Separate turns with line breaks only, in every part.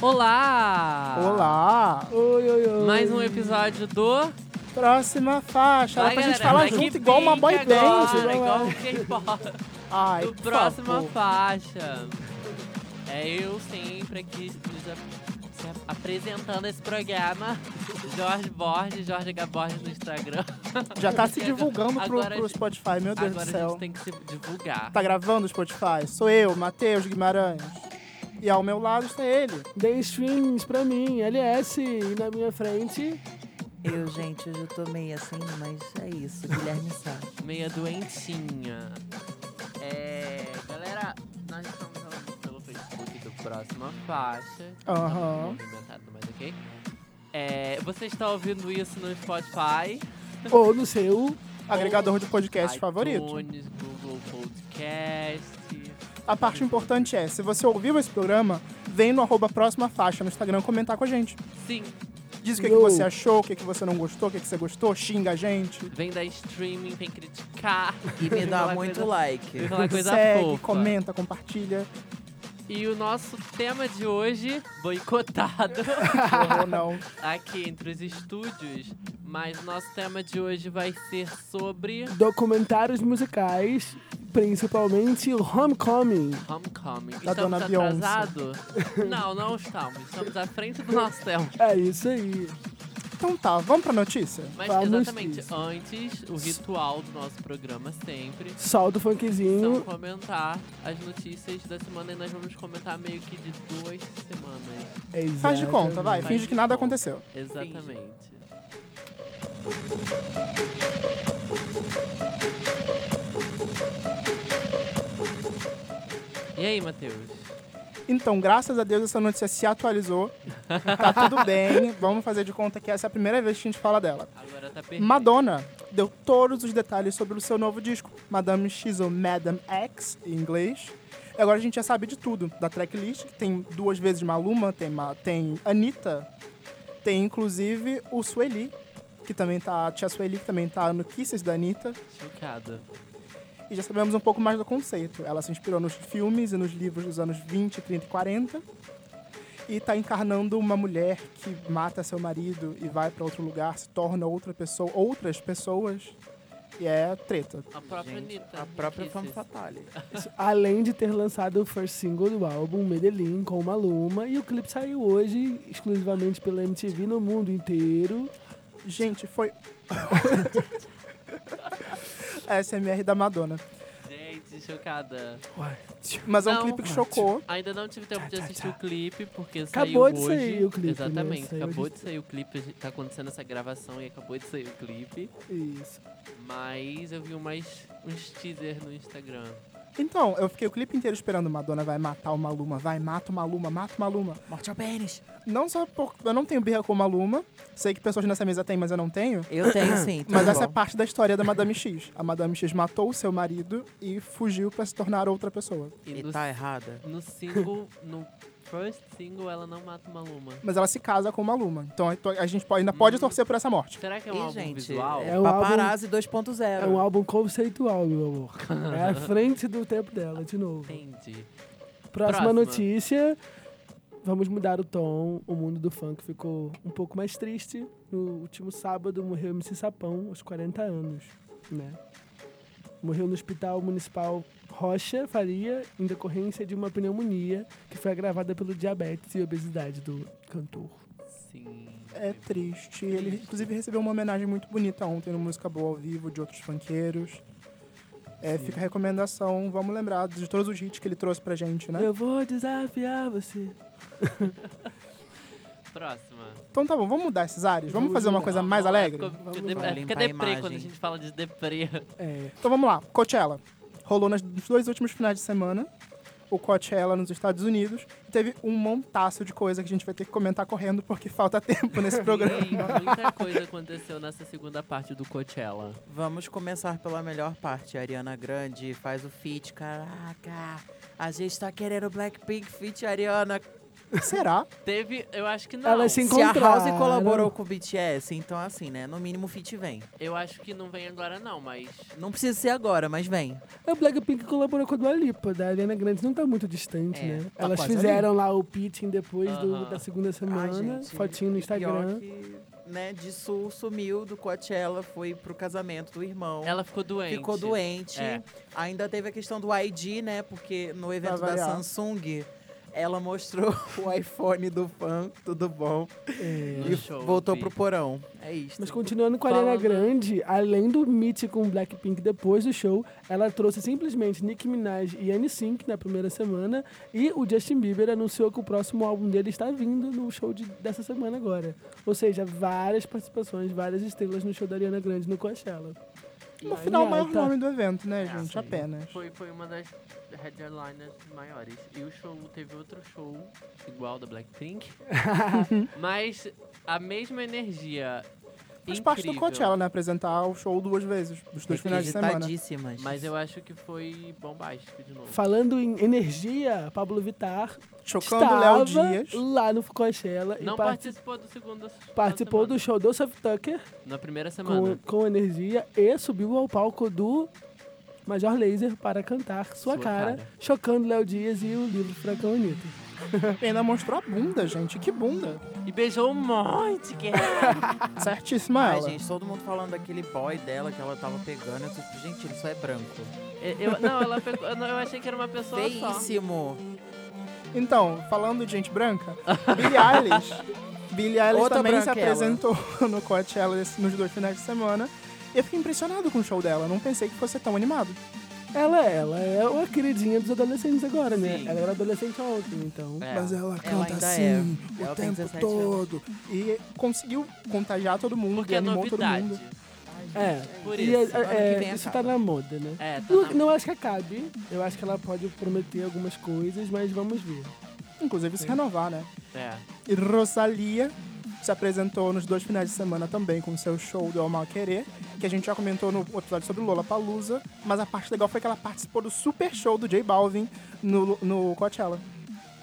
Olá!
Olá! Oi, oi, oi!
Mais um episódio do.
Próxima faixa. Dá
Vai,
pra gente
galera,
falar
vai que
junto igual uma
pique
boy
agora,
band.
Igual o K-pop.
Ai,
Do
por
próxima
favor.
faixa. É eu sempre aqui nos ap- se ap- apresentando esse programa. Jorge Borges, Jorge Gaborges no Instagram.
Já tá se divulgando pro,
Agora a
pro
gente-
Spotify, meu
Agora
Deus do
a
céu.
gente tem que se divulgar.
Tá gravando o Spotify? Sou eu, Matheus Guimarães. E ao meu lado está ele.
Dei streams pra mim, LS, e na minha frente.
Eu, gente, hoje eu tô meio assim, mas é isso, Guilherme Sá.
Meia doentinha. É. Galera, nós estamos falando pelo Facebook do Próxima Faixa.
Aham.
Movimentado, mas ok. É, você está ouvindo isso no Spotify?
Ou no seu.
Agregador de podcast favorito.
iTunes, Google Podcast.
A parte importante é, se você ouviu esse programa, vem no arroba próxima faixa no Instagram comentar com a gente.
Sim,
Diz o que, que
Yo.
você achou, o que, que você não gostou, o que, que você gostou, xinga a gente.
vem da streaming, vem criticar.
E me
vem
dá
falar
muito
coisa-
like.
Vem falar coisa
Segue,
fofa.
comenta, compartilha.
E o nosso tema de hoje, boicotado,
Ou não.
aqui entre os estúdios. Mas nosso tema de hoje vai ser sobre
Documentários musicais, principalmente Homecoming.
Homecoming.
Da
estamos
dona Beyoncé.
atrasados? Não, não estamos. Estamos à frente do nosso tema.
É isso aí.
Então tá, vamos pra notícia?
Mas
Vamos
exatamente,
disso.
antes, o ritual do nosso programa sempre.
Solta o
Então,
funkzinho.
comentar as notícias da semana e nós vamos comentar meio que de duas semanas.
Faz de conta, vai.
Faz
Finge
de
que nada
conta.
aconteceu.
Exatamente. E aí, Matheus?
Então, graças a Deus, essa notícia se atualizou. Tá tudo bem. Vamos fazer de conta que essa é a primeira vez que a gente fala dela.
Agora tá perfeito.
Madonna deu todos os detalhes sobre o seu novo disco, Madame X ou Madame X, em inglês. E agora a gente já sabe de tudo, da tracklist, que tem duas vezes Maluma, tem, Ma- tem Anitta, tem inclusive o Sueli, que também tá, a tia Sueli, que também tá no Kisses da Anitta.
Chocada.
E já sabemos um pouco mais do conceito. Ela se inspirou nos filmes e nos livros dos anos 20, 30 e 40. E está encarnando uma mulher que mata seu marido e vai para outro lugar, se torna outra pessoa, outras pessoas. E é treta.
A própria
Gente,
Anitta.
a própria Femme
Riquíssima.
Fatale.
Além de ter lançado o first single do álbum, Medellín, com Maluma, e o clipe saiu hoje exclusivamente pela MTV no mundo inteiro.
Gente, foi. A SMR da Madonna.
Gente, chocada.
Mas é um
Não.
clipe que chocou.
Ainda não tive tempo de assistir o clipe, porque
Acabou
saiu
de
hoje.
sair o clipe, né?
Exatamente,
Saiu
acabou
hoje.
de sair o clipe. a gente- Tá acontecendo essa gravação e acabou de sair o clipe.
Isso.
Mas eu vi umas, uns teaser no Instagram.
Então, eu fiquei o clipe inteiro esperando Madonna vai matar o Maluma, vai, mata o Maluma, mata o Maluma.
Morte ao pênis.
Não só porque eu não tenho birra com o Maluma. Sei que pessoas nessa mesa têm, mas eu não tenho.
Tá
Eu tenho sim, tudo
Mas essa é
bom.
parte da história da Madame X. A Madame X matou o seu marido e fugiu pra se tornar outra pessoa.
E,
E
no,
tá errada.
no single, no first single, ela não mata uma luma.
Mas ela se casa com uma Luma. Então a- a gente pode- ainda pode torcer por essa morte.
Será que é um
E,
álbum
gente,
visual?
é
um álbum-
paparazzi
É um
2.0.
álbum conceitual, meu amor. É à frente do tempo dela, de novo.
Entendi.
Próxima,
Próxima.
notícia. Vamos mudar o tom. O mundo do funk ficou um pouco mais triste. No último sábado morreu MC Sapão, aos 40 anos, né? Morreu no Hospital Municipal Rocha Faria em decorrência de uma pneumonia que foi agravada pelo diabetes e obesidade do cantor.
Sim.
É triste. Ele, inclusive, recebeu uma homenagem muito bonita ontem no Música Boa ao Vivo, de outros funkeiros. É, fica a recomendação. Vamos lembrar de todos os hits que ele trouxe pra gente, né?
Eu vou desafiar você.
Próxima. é
Então tá bom, vamos mudar esses ares? Vamos
Vamos
fazer uma
mudar.
coisa mais alegre?
Ficou- ficou
Vamos
depre-
lá.
é, Fica
Limpar a
deprê quando a
imagem.
gente fala de deprê.
É,
Então vamos lá, Coachella. Rolou nas- nos dois últimos finais de semana, o Coachella nos Estados Unidos, e teve um montaço de coisa que a gente vai ter que comentar correndo, porque falta tempo nesse programa.
Sim, muita coisa aconteceu nessa segunda parte do Coachella.
Vamos começar pela melhor parte. A Ariana Grande faz o feat. Caraca, a gente tá querendo Blackpink feat Ariana
Será?
Teve, eu acho que não.
Elas se
Se a House
encontraram.
colaborou com o BTS, então assim, né? No mínimo o feat vem.
Eu acho que não vem agora não, mas...
Não precisa ser agora, mas vem.
A É Blackpink colaborou com a Dua Lipa, da Ariana Grande não tá muito distante,
É,
né?
tá
Elas
quase
fizeram lá o pitching depois do-
Aham.
da segunda semana,
Ai, Ah, gente,
fotinho no
e pior
Instagram.
que, né, disso sumiu do Coachella, foi pro casamento do irmão.
Ela ficou É doente.
Ficou doente.
É.
Ainda teve a questão do ID, né? Porque no evento da
variar.
Samsung, ela mostrou o iPhone do fã, tudo bom.
É.
No
e
show,
voltou
vi.
pro porão. É isso.
Mas continuando com a Ariana
né?
Falando-
Grande, além do meet com o Blackpink depois do show, ela trouxe simplesmente Nicki Minaj e NSYNC na primeira semana e o Justin Bieber anunciou que o próximo álbum dele está vindo no show de- dessa semana agora. Ou seja, várias participações, várias estrelas no show da Ariana Grande no Coachella.
No
Ai,
final, o maior
ai, tá.
nome do evento, né,
É,
gente?
sim.
Apenas.
Foi, foi uma das headliners maiores. E o show, teve outro show igual ao da Blackpink. mas a mesma energia.
Faz
incrível.
parte do Coachella, né? Apresentar o show duas vezes, dos dois finais de semana.
Requisitadíssimas.
Mas eu acho que foi bombástico de novo.
Falando em energia, Pablo Vittar
Chocando o
estava
Léo Dias.
lá no Coachella
Não
e par-
participou do segundo. da
participou
semana.
do show do Soft Tucker
Na primeira
com,
semana.
com energia e subiu ao palco do Major Laser para cantar Sua,
Sua
cara,
Cara.
chocando Léo Dias e o livro Furacão Anitta.
E ainda mostrou a bunda, gente. Que bunda.
E beijou um monte, que
Certíssima
Ai,
ela.
gente, todo mundo falando daquele boy dela que ela tava pegando. Eu tô tipo, gente, ele só é branco.
eu, Não, ela pegou. Eu, não- eu achei que era uma pessoa só.
Feíssimo.
Então, falando de gente branca, Billie Eilish. Billie Eilish
Outra
também se
branquela.
apresentou no Coachella esse- nos dois finais de semana. E eu fiquei impressionado com o show dela. Não pensei que fosse tão animado.
Ela, ela é uma queridinha dos adolescentes agora, né?
Sim.
Ela era adolescente ontem, então.
É.
ela assim
ainda é. Ela tem 17 anos.
E conseguiu contagiar todo mundo,
Porque
e
é
animou um todo
novidade.
mundo.
É.
Por
E
isso.
é-
ano
é,
que vem
isso tá
acaba.
na moda, né?
É, tá
Não-
na-
Não acho que acabe. Eu acho que ela pode prometer algumas coisas, mas vamos ver.
Inclusive se renovar, né?
é.
E Rosalia se apresentou nos dois finais de semana também com seu show do Ao Mal Querer, que a gente já comentou no episódio sobre Lola Palusa, mas a parte legal foi que ela participou do super show do J Balvin no, no Coachella.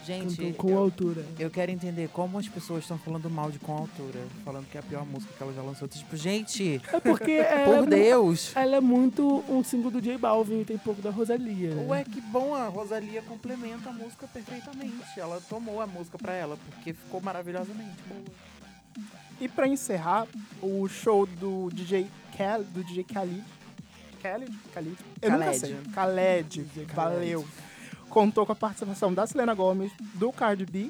Gente,
Cantou com altura.
eu quero entender como as pessoas estão falando mal de com altura. Falando que é a pior música que ela já lançou. Tipo, gente,
É porque ela, é
por
mu-
Deus.
ela é muito um single do J Balvin e tem pouco da Rosalia. né?
Ué, é que bom, a Rosalia complementa a música perfeitamente. Ela tomou a música pra ela, porque ficou maravilhosamente boa.
E pra encerrar, o show do DJ Kel, do DJ Khalid. Khalid? Khalid? Eu nunca
Khaled.
sei. Khaled. Valeu. Contou com a participação da Selena Gomes, do Cardi B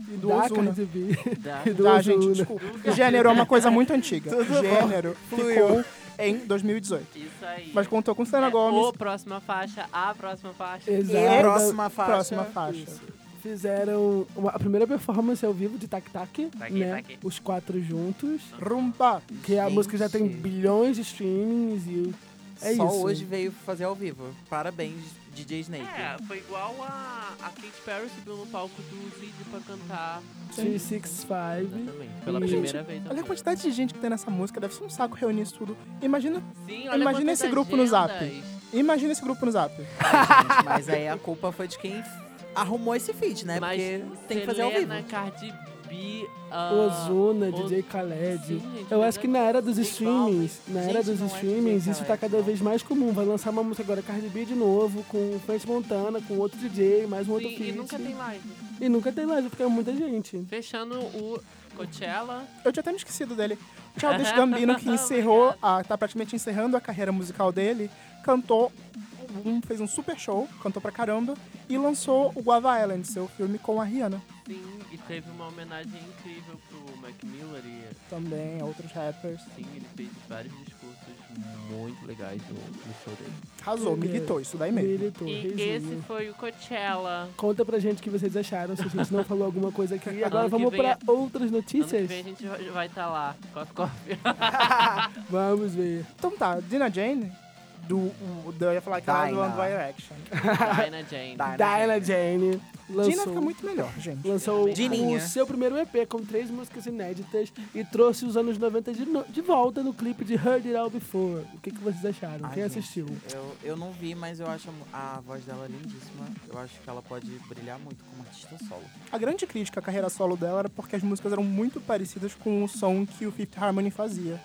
e do
da
Ozuna.
Cardi B.
Da-
E do
Tá, gente,
Ozuna.
desculpa. Gênero é uma coisa muito antiga. Gênero ficou em 2018.
Isso aí.
Mas contou com Selena
É O
Gomes.
próxima faixa, a próxima faixa.
Exato.
E-
próxima faixa.
Próxima faixa.
Isso. Fizeram uma- a primeira performance ao vivo de Tac Tac,
Tac
né?
Tac.
Os quatro juntos.
Rumba.
Que a
Gente.
música já tem bilhões de streamings e o- é
Só
isso.
hoje veio fazer ao vivo. Parabéns, DJ Snake.
É, foi igual a, a Kate Perry subiu no palco do Zid pra cantar.
365.
Exatamente. Pela
E-
primeira vez. ao
Olha a
vivo.
quantidade de gente que tem nessa música. Deve ser um saco reunir isso tudo. Imagina,
Sim, olha
Imagina
quantas
esse grupo no Zap.
agendas.
imagina esse grupo no Zap.
Gente, mas aí a culpa foi de quem arrumou esse feat, né?
Mas né?
porque tem que fazer ao
Selena,
vivo.
Cardi B, ah,
Ozuna,
Oz-
DJ Khaled.
Sim, gente, né?
Eu
mas
acho que na era dos
J Balvin.
streamings, na
Gente,
era dos
não é
streamings,
DJ
isso tá
Khaled,
cada
não.
vez mais comum. Vai lançar uma música agora Cardi B de novo, com French Montana, com outro DJ, mais
é
um outro
Sim,
feat.
e nunca tem live.
E nunca tem live, porque é muita gente.
Fechando o Coachella.
Eu tinha até me esquecido dele. Childish Gambino, que encerrou, a, tá praticamente encerrando a carreira musical dele, cantou, um- fez um super show, cantou pra caramba, e lançou o Guava Island, seu filme com a Rihanna.
Sim, e teve uma homenagem incrível pro Mac Miller. E,
Também, outros rappers.
sim, ele fez vários discursos muito legais no, no show dele.
Arrasou, me guitou, isso daí mesmo.
Militou,
E
resumo.
esse foi o Coachella.
Conta pra gente o que vocês acharam, se a gente não falou alguma coisa aqui. E agora
Ano que
vamos
vem
pra
é-
outras
Ano que
notícias?
vem a gente tá vai- vai estar lá. Coffee, coffee.
Vamos ver.
Então tá, Dina Jane do. o- do- eu ia falar que era do
Dinah.
One Direction.
Dinah Jane.
né?
Dyla Jane lançou,
Dina fica muito melhor, gente.
lançou
Dininha.
o seu primeiro EP com três músicas inéditas e trouxe os anos 90 de, no- de volta no clipe de Heard It All Before. O que, que vocês acharam?
Ai,
Quem
gente,
assistiu?
Eu, eu não vi, mas eu acho a voz dela lindíssima. Eu acho que ela pode brilhar muito como artista solo.
A grande crítica à carreira solo dela era porque as músicas eram muito parecidas com o som que o Fifth Harmony fazia.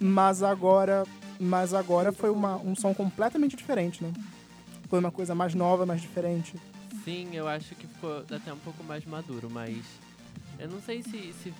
Mas agora. Mas agora foi uma- um som completamente diferente, né? Foi uma coisa mais nova, mais diferente.
Sim, eu acho que ficou até um pouco mais maduro, mas eu não sei se, se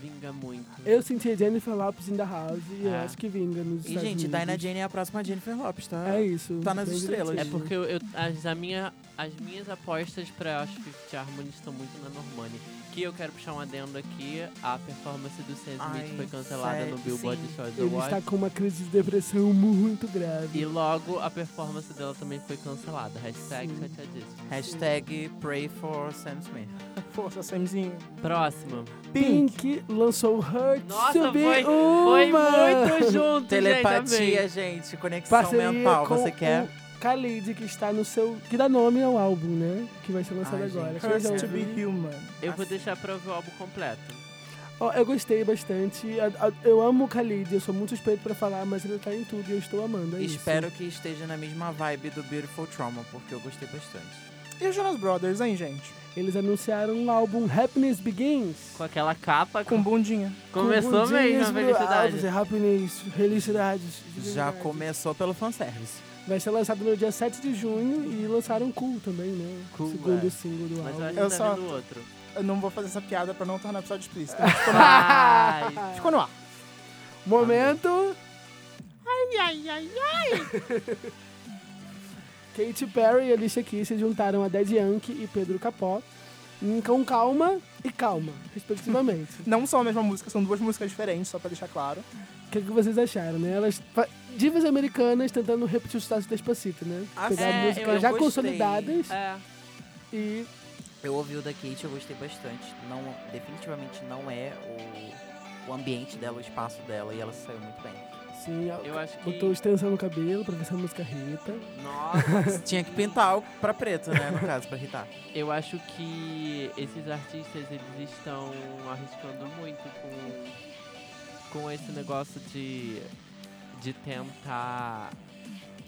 vinga muito.
Eu senti a Jennifer Lopes in the house e eu
É.
acho que vinga nos
E,
Estados
gente,
Unidos.
Dinah Jane é a próxima Jennifer Lopes, tá?
É isso.
Tá nas
bem
estrelas.
É
direitinho.
porque eu, eu- as, a minha, as minhas apostas para os Fifth Harmony estão muito na Normani. Que eu quero puxar um adendo aqui, a performance do Sam Smith
Ai,
foi cancelada
sério?
no Billboard
Sim.
Choice
Ele está
Awards.
com uma crise de depressão muito grave.
E logo a performance dela também foi cancelada. Hashtag
Sim.
chateadíssimo.
Hashtag pray for Sam Smith.
Força, Samzinho.
Próximo.
Pink.
Pink lançou Hurt
Nossa,
to Be
foi, foi
Uma.
muito junto, gente.
Telepatia,
amei.
gente. Conexão
Parceria
um mental.
com
Você quer?
o Khalid, que está no seu... Que dá nome ao álbum, né? Que vai ser lançado
Ai,
agora.
gente,
Vocês já
Curse to
ouviram?
be human.
Eu vou deixar pra ouvir o álbum completo.
Ó, eu gostei bastante. A- a- Eu amo o Khalid, eu sou muito suspeito pra falar, mas ele tá em tudo e eu estou amando. É
Espero que esteja na mesma vibe do Beautiful Trauma, porque eu gostei bastante.
E os Jonas Brothers, hein, gente?
isso. Eles anunciaram um álbum Happiness Begins.
Com aquela capa,
Com bundinha.
começou
com Ah,
mesmo a
bundinhas
felicidade.
brilhantes, Happiness, felicidades.
Já
Felicidades.
começou pelo fanservice.
Vai ser lançado no dia 7 de junho e lançaram Cool também, né?
Cool,
Segundo
é.
single do
Mas
álbum.
eu acho
Eu
que
só-
tá vendo outro.
Eu não vou fazer essa piada pra não tornar o episódio explícito.
Ai,
Ficou no ar.
Tipo Momento... Katy Perry e Alicia Keys se juntaram a Dead Yankee e Pedro Capó em Com Calma e Calma, respectivamente.
Não são a mesma música, são duas músicas diferentes, só pra deixar claro.
O que, que vocês acharam, né? Elas fa- divas americanas tentando repetir o sucesso da Despacito, né?
Ah,
Pegar
sim. É, eu- eu
já
gostei.
consolidadas
é.
e
Eu ouvi o da Kate, eu gostei bastante. Não, definitivamente não é o, o ambiente dela, o espaço dela, e ela se saiu muito bem.
sim, a-
Eu acho que.
botou extensão no cabelo pra ver se a música irrita.
Nossa,
Tinha que pintar algo pra preto, né? No caso, pra irritar.
eu acho que esses artistas eles estão arriscando muito com, com esse negócio de, de tentar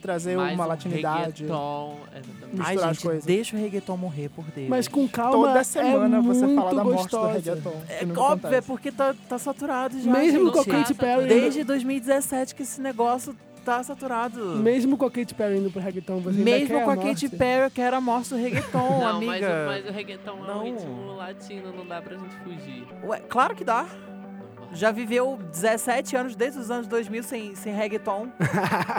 Trazer
mais
uma
um
latinidade.
reggaeton, exatamente.
Misturar as coisas.
deixa o reggaeton morrer por Deus.
Mas com calma
Toda semana
é
você
muito
fala da morte
gostosa.
do reggaeton.
É
que nunca
óbvio, é
acontece.
porque tá, tá saturado já.
Mesmo
gente.
com a
Tá
Katy Perry...
Desde 2017 que esse negócio tá saturado.
Mesmo com a Katy Perry indo pro reggaeton, você ainda
Mesmo
quer
com a
morte?
Katy Perry, eu quero a morte do reggaeton,
não, mas,
amiga.
o- mas o reggaeton é um
Não.
ritmo latino, não dá pra gente fugir.
Ué, claro que dá.
Não dá.
Já viveu 17 anos, desde os anos 2000, sem, sem reggaeton.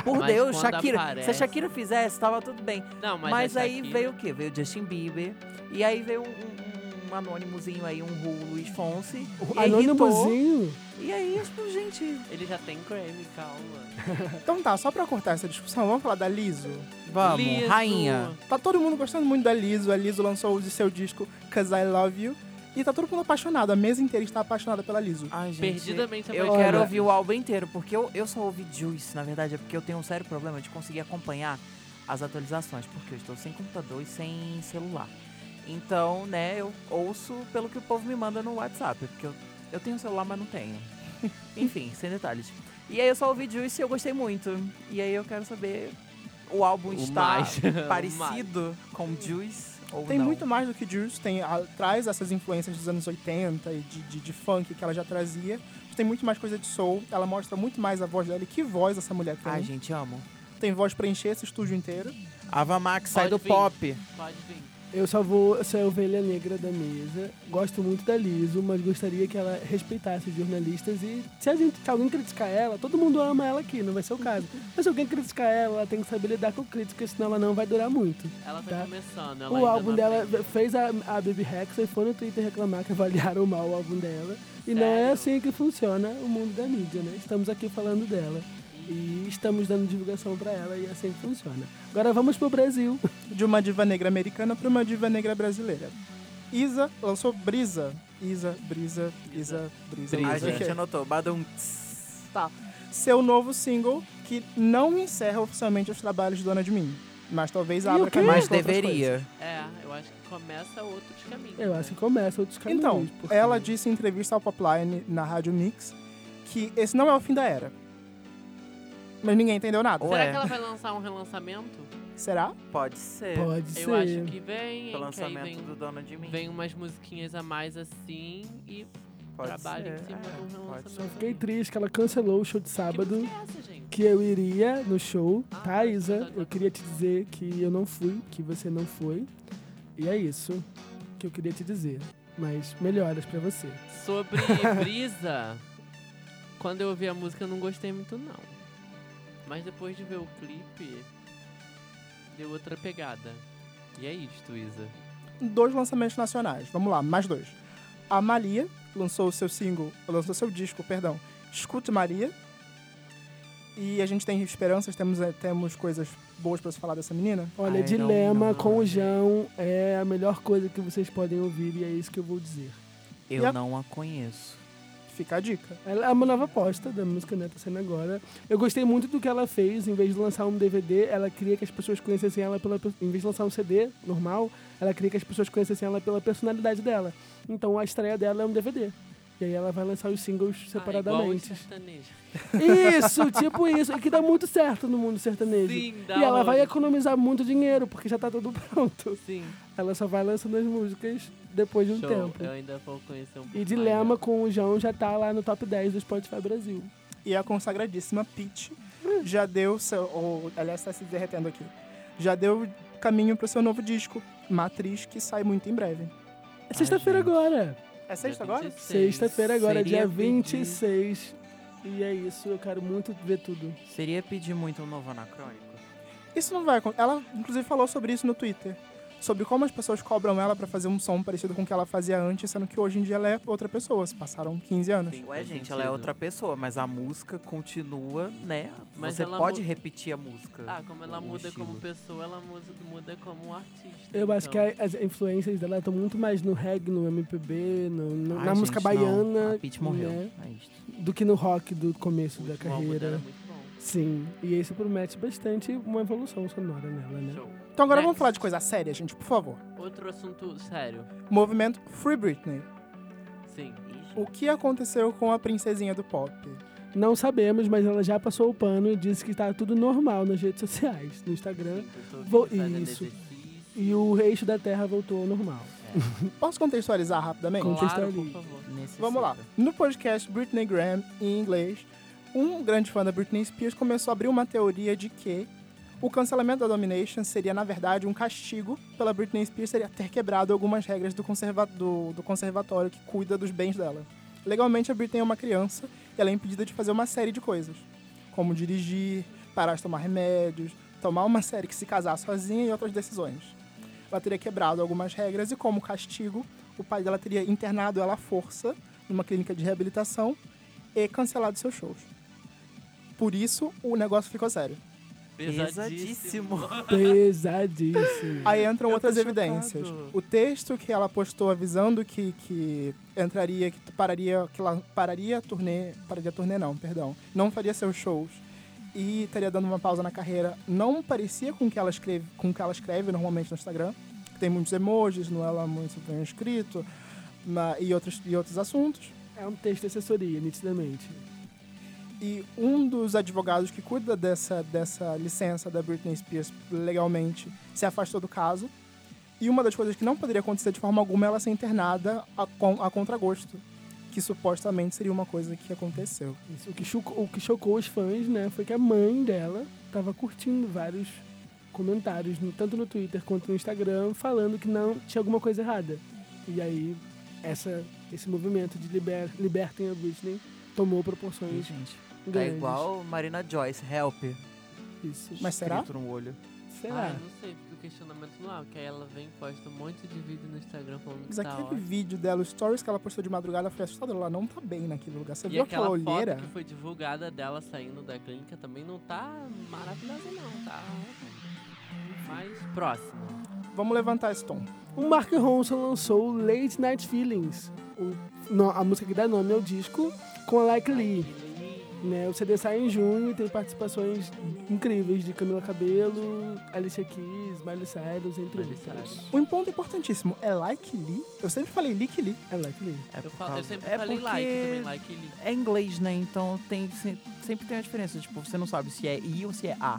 Por
Mas quando
Deus, Shakira. Se a
aparece-
Shakira fizesse, tava tudo bem.
Não, mas, né?
Mas,
a
aí
Shakira-
veio o quê? Veio Justin Bieber. E aí veio um, um, um anônimozinho aí, um Ru Luiz Fonse.
O
e aí irritou.
Anônimozinho...
E aí, tipo, gente...
Ele já tem Grammy, calma.
Então tá, só pra cortar essa discussão, vamos falar da Liso.
Vamos,
Liso.
rainha.
Tá todo mundo gostando muito da Liso. A Liso lançou o seu disco Cause I Love You. E tá todo mundo apaixonado. A mesa inteira está apaixonada pela Liso.
Ai, gente,
Perdidamente
Eu
apaixonada.
quero ouvir o álbum inteiro, porque eu, eu só ouvi Juice, na verdade, é porque eu tenho um sério problema de conseguir acompanhar as atualizações, porque eu estou sem computador e sem celular. Então, né, eu ouço pelo que o povo me manda no WhatsApp, porque eu, eu tenho celular, mas não tenho. Enfim, sem detalhes. E aí eu só ouvi Juice e eu gostei muito. E aí eu quero saber, o álbum
O
está
mais, o mais.
parecido com Juice ou
Tem
não?
muito mais do que Juice, tem, a- traz essas influências dos anos 80 e de, de, de funk que ela já trazia. Tem muito mais coisa de soul, ela mostra muito mais a voz dela e que voz essa mulher tem.
Ai, gente, amo.
Tem voz pra encher esse estúdio inteiro.
Ava Max,
Pode
sai do
vir.
pop.
Pode vir.
Eu só vou ser a ovelha negra da mesa. Gosto muito da Liso, mas gostaria que ela respeitasse os jornalistas. E se, a gente, se alguém criticar ela, todo mundo ama ela aqui, não vai ser o caso. Mas se alguém criticar ela, ela tem que saber lidar com críticas, senão ela não vai durar muito.
Ela tá,
Tá.
começando. Ela
O
ainda
álbum
não
dela
aprendeu.
fez a, a Baby Rexa e foi no Twitter reclamar que avaliaram mal o álbum dela. E não é
Sério?
assim que funciona o mundo da mídia, né? Estamos aqui falando dela. E estamos dando divulgação pra ela e é assim que funciona. Agora vamos pro Brasil.
De uma diva negra americana pra uma diva negra brasileira. Isa lançou Brisa. Isa, Brisa, Isa,
Brisa.
Brisa.
A
Brisa.
gente
Ok. Tá.
anotou, badum. tss.
Seu novo single, que não encerra oficialmente os trabalhos de Dona de Mim. Mas talvez
E o
abra
quê?
caminhos
Mas
pra outras coisas.
deveria.
É, eu acho que começa outros caminhos.
Eu
né?
acho que começa outros caminhos.
Então,
porque-
ela disse em entrevista ao Popline na Rádio Mix que esse não é o fim da era. Mas ninguém entendeu nada.
Ou
Será
é.
que ela vai lançar um relançamento?
Será?
Pode ser.
Pode ser.
Eu acho que vem,
O
hein, que aí
lançamento
vem,
do Dono de Mim.
vem umas musiquinhas a mais assim e
Pode
trabalha
ser,
em cima
é,
de um
pode
relançamento.
ser.
Só fiquei triste que ela cancelou o show de
Que
sábado.
música é essa, gente?
que eu iria no show.
Ah,
tá, Isa?
verdade.
Eu queria te dizer que eu não fui, que você não foi. E é isso que eu queria te dizer. Mas melhoras pra você.
Sobre Brisa, quando eu ouvi a música eu não gostei muito não. Mas depois de ver o clipe, deu outra pegada. E é isto, Isa.
Dois lançamentos nacionais. Vamos lá, mais dois. A Maria lançou o seu single, lançou seu disco, perdão, Escute Maria. E a gente tem esperanças, temos, eh, temos coisas boas pra se falar dessa menina.
Olha,
I
Dilema
don't know.
com o João é a melhor coisa que vocês podem ouvir e é isso que eu vou dizer.
E a-
Eu não a conheço.
Fica a dica.
Ela é uma nova aposta da música, né? Tá saindo agora. Eu gostei muito do que ela fez. Em vez de lançar um DVD, ela queria que as pessoas conhecessem ela pela. pe- Em vez de lançar um CD normal, ela queria que as pessoas conhecessem ela pela personalidade dela. Então a estreia dela é um DVD. E aí ela vai lançar os singles
Ah, igual os
separadamente.
sertanejos.
isso, tipo isso. E que dá muito certo no mundo sertanejo.
Sim, dá
e ela vai
uma-
economizar muito dinheiro, porque já tá tudo pronto.
Sim.
Ela só vai lançando as músicas depois de um
Show.
tempo.
Eu
É.
ainda vou conhecer um pouco
E
mais
Dilema
dela.
com o João já tá lá no top 10 do Spotify Brasil.
E a consagradíssima Peach já deu seu. Ou, aliás, tá se derretendo aqui. Já deu caminho pro seu novo disco, Matriz, que sai muito em breve.
É sexta-feira
gente.
agora.
É sexta
Dia
agora?
26.
Sexta-feira agora,
Seria
dia
pedir-
26. E é isso, eu quero muito ver tudo.
Seria pedir muito um novo anacrônico?
Isso não vai acon- Ela, inclusive, falou sobre isso no Twitter. Sobre como as pessoas cobram ela pra fazer um som parecido com o que ela fazia antes, sendo que hoje em dia ela é outra pessoa. Se passaram 15 anos.
Sim,
Ué,
faz
gente, ela é
sentido.
outra pessoa, mas a música continua, né?
Mas
Você
ela
pode
mu-
repetir a música.
Ah, como ela
O
muda
estilo.
como pessoa, ela muda, muda como um artista.
Eu acho que é
então.
a- as influências dela estão muito mais no reggae, no MPB, no- no-
Ai,
na
gente,
música
não.
baiana.
A Pete morreu.
né,
É isto.
do que no rock do começo
O
da
último álbum dela é
carreira.
muito bom.
Sim, e isso promete bastante uma evolução sonora nela, né?
Show.
Então agora vamos
Next.
falar de coisa séria, gente, por favor.
Outro assunto sério.
Movimento Free Britney.
Sim.
O que aconteceu com a princesinha do pop?
Não sabemos, mas ela já passou o pano e disse que está tudo normal nas redes sociais, no Instagram.
Sim, eu tô
Vou-
aqui fazendo
isso.
exercício.
E o eixo da Terra voltou ao normal.
Posso contextualizar rapidamente?
Com-
Claro, por
ali.
favor.
Necessita.
Vamos lá. No podcast Britney Graham, em inglês, um grande fã da Britney Spears começou a abrir uma teoria de que o cancelamento da Domination seria, na verdade, um castigo pela Britney Spears seria ter quebrado algumas regras do, conserva do, do conservatório que cuida dos bens dela. Legalmente, a Britney é uma criança e ela é impedida de fazer uma série de coisas, como dirigir, parar de tomar remédios, tomar uma série que se casar sozinha e outras decisões. Ela teria quebrado algumas regras e, como castigo, o pai dela teria internado ela à força numa clínica de reabilitação e cancelado seus shows. Por isso, o negócio ficou sério.
Pesadíssimo.
Pesadíssimo.
Aí entram
Eu tô
outras
chocado.
evidências. O texto que ela postou avisando que, que entraria, que pararia, que ela pararia a turnê, pararia a turnê não, perdão, não faria seus shows e estaria dando uma pausa na carreira, não parecia com o que ela escreve, com o que ela escreve normalmente no Instagram. Tem muitos emojis, não ela é muito bem escrito na- e outros e outros assuntos.
É um texto de assessoria, nitidamente.
E um dos advogados que cuida dessa, dessa licença da Britney Spears legalmente se afastou do caso. E uma das coisas que não poderia acontecer de forma alguma é ela ser internada a, con- a contragosto, que supostamente seria uma coisa que aconteceu.
Isso, o, que chocou, o que chocou os fãs, né, foi que a mãe dela tava curtindo vários comentários, no- tanto no Twitter quanto no Instagram, falando que não tinha alguma coisa errada. E aí, essa, esse movimento de liber, libertem a Britney tomou
Ih,
proporções
gente. Tá
grandes.
igual Marina Joyce, help.
Isso.
Mas será?
Escrito no olho.
Ah,
será?
eu não sei, fica o questionamento no ar, que aí ela vem e posta um monte de vídeo no Instagram falando que
Mas
tá
aquele
ótimo.
vídeo dela, os stories que ela postou de madrugada, foi assustador. Ela não tá bem naquele lugar. Você
E
viu aquela,
aquela
olheira?
foto que foi divulgada dela saindo da clínica também não tá maravilhosa não, tá ótimo. mas próximo.
Vamos levantar esse tom.
O Mark Ronson lançou Late Night Feelings, o- no- a música que dá nome ao disco, com a Like Lee. Né? O CD sai em junho e tem participações incríveis de Camila Cabelo, Alicia Keys, Miley Cyrus, entre
Miley
outras.
Cyrus.
Um ponto importantíssimo, é like Lee? Eu sempre falei like Lee.
É Like Lee.
É
Eu,
por
falo, eu
causa-
sempre
é
falei like
porque
também, né? like li.
É inglês, né? Então tem, se- sempre tem uma diferença. Tipo, você não sabe se é I ou se é A.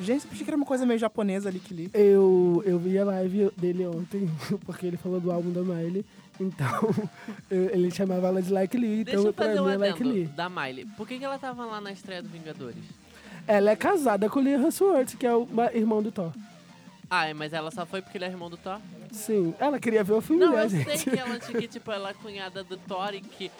Gente, eu pensei que era uma coisa meio japonesa, like Lee.
Eu, eu vi a live dele ontem, porque ele falou do álbum da Miley. Então, eu- ele chamava ela de Like Lee. Então,
Deixa eu
pra
fazer um
mim, é Like
adendo
Lee.
da Miley. Por que, que ela tava lá na estreia do Vingadores?
Ela é casada com o Liam Hemsworth, que é o ma- irmão do Thor.
Ah, mas ela só foi porque ele é irmão do Thor?
Sim. Ela queria ver o filme,
Não,
né,
eu
gente?
sei que ela, que, tipo, ela é cunhada do Thor e que...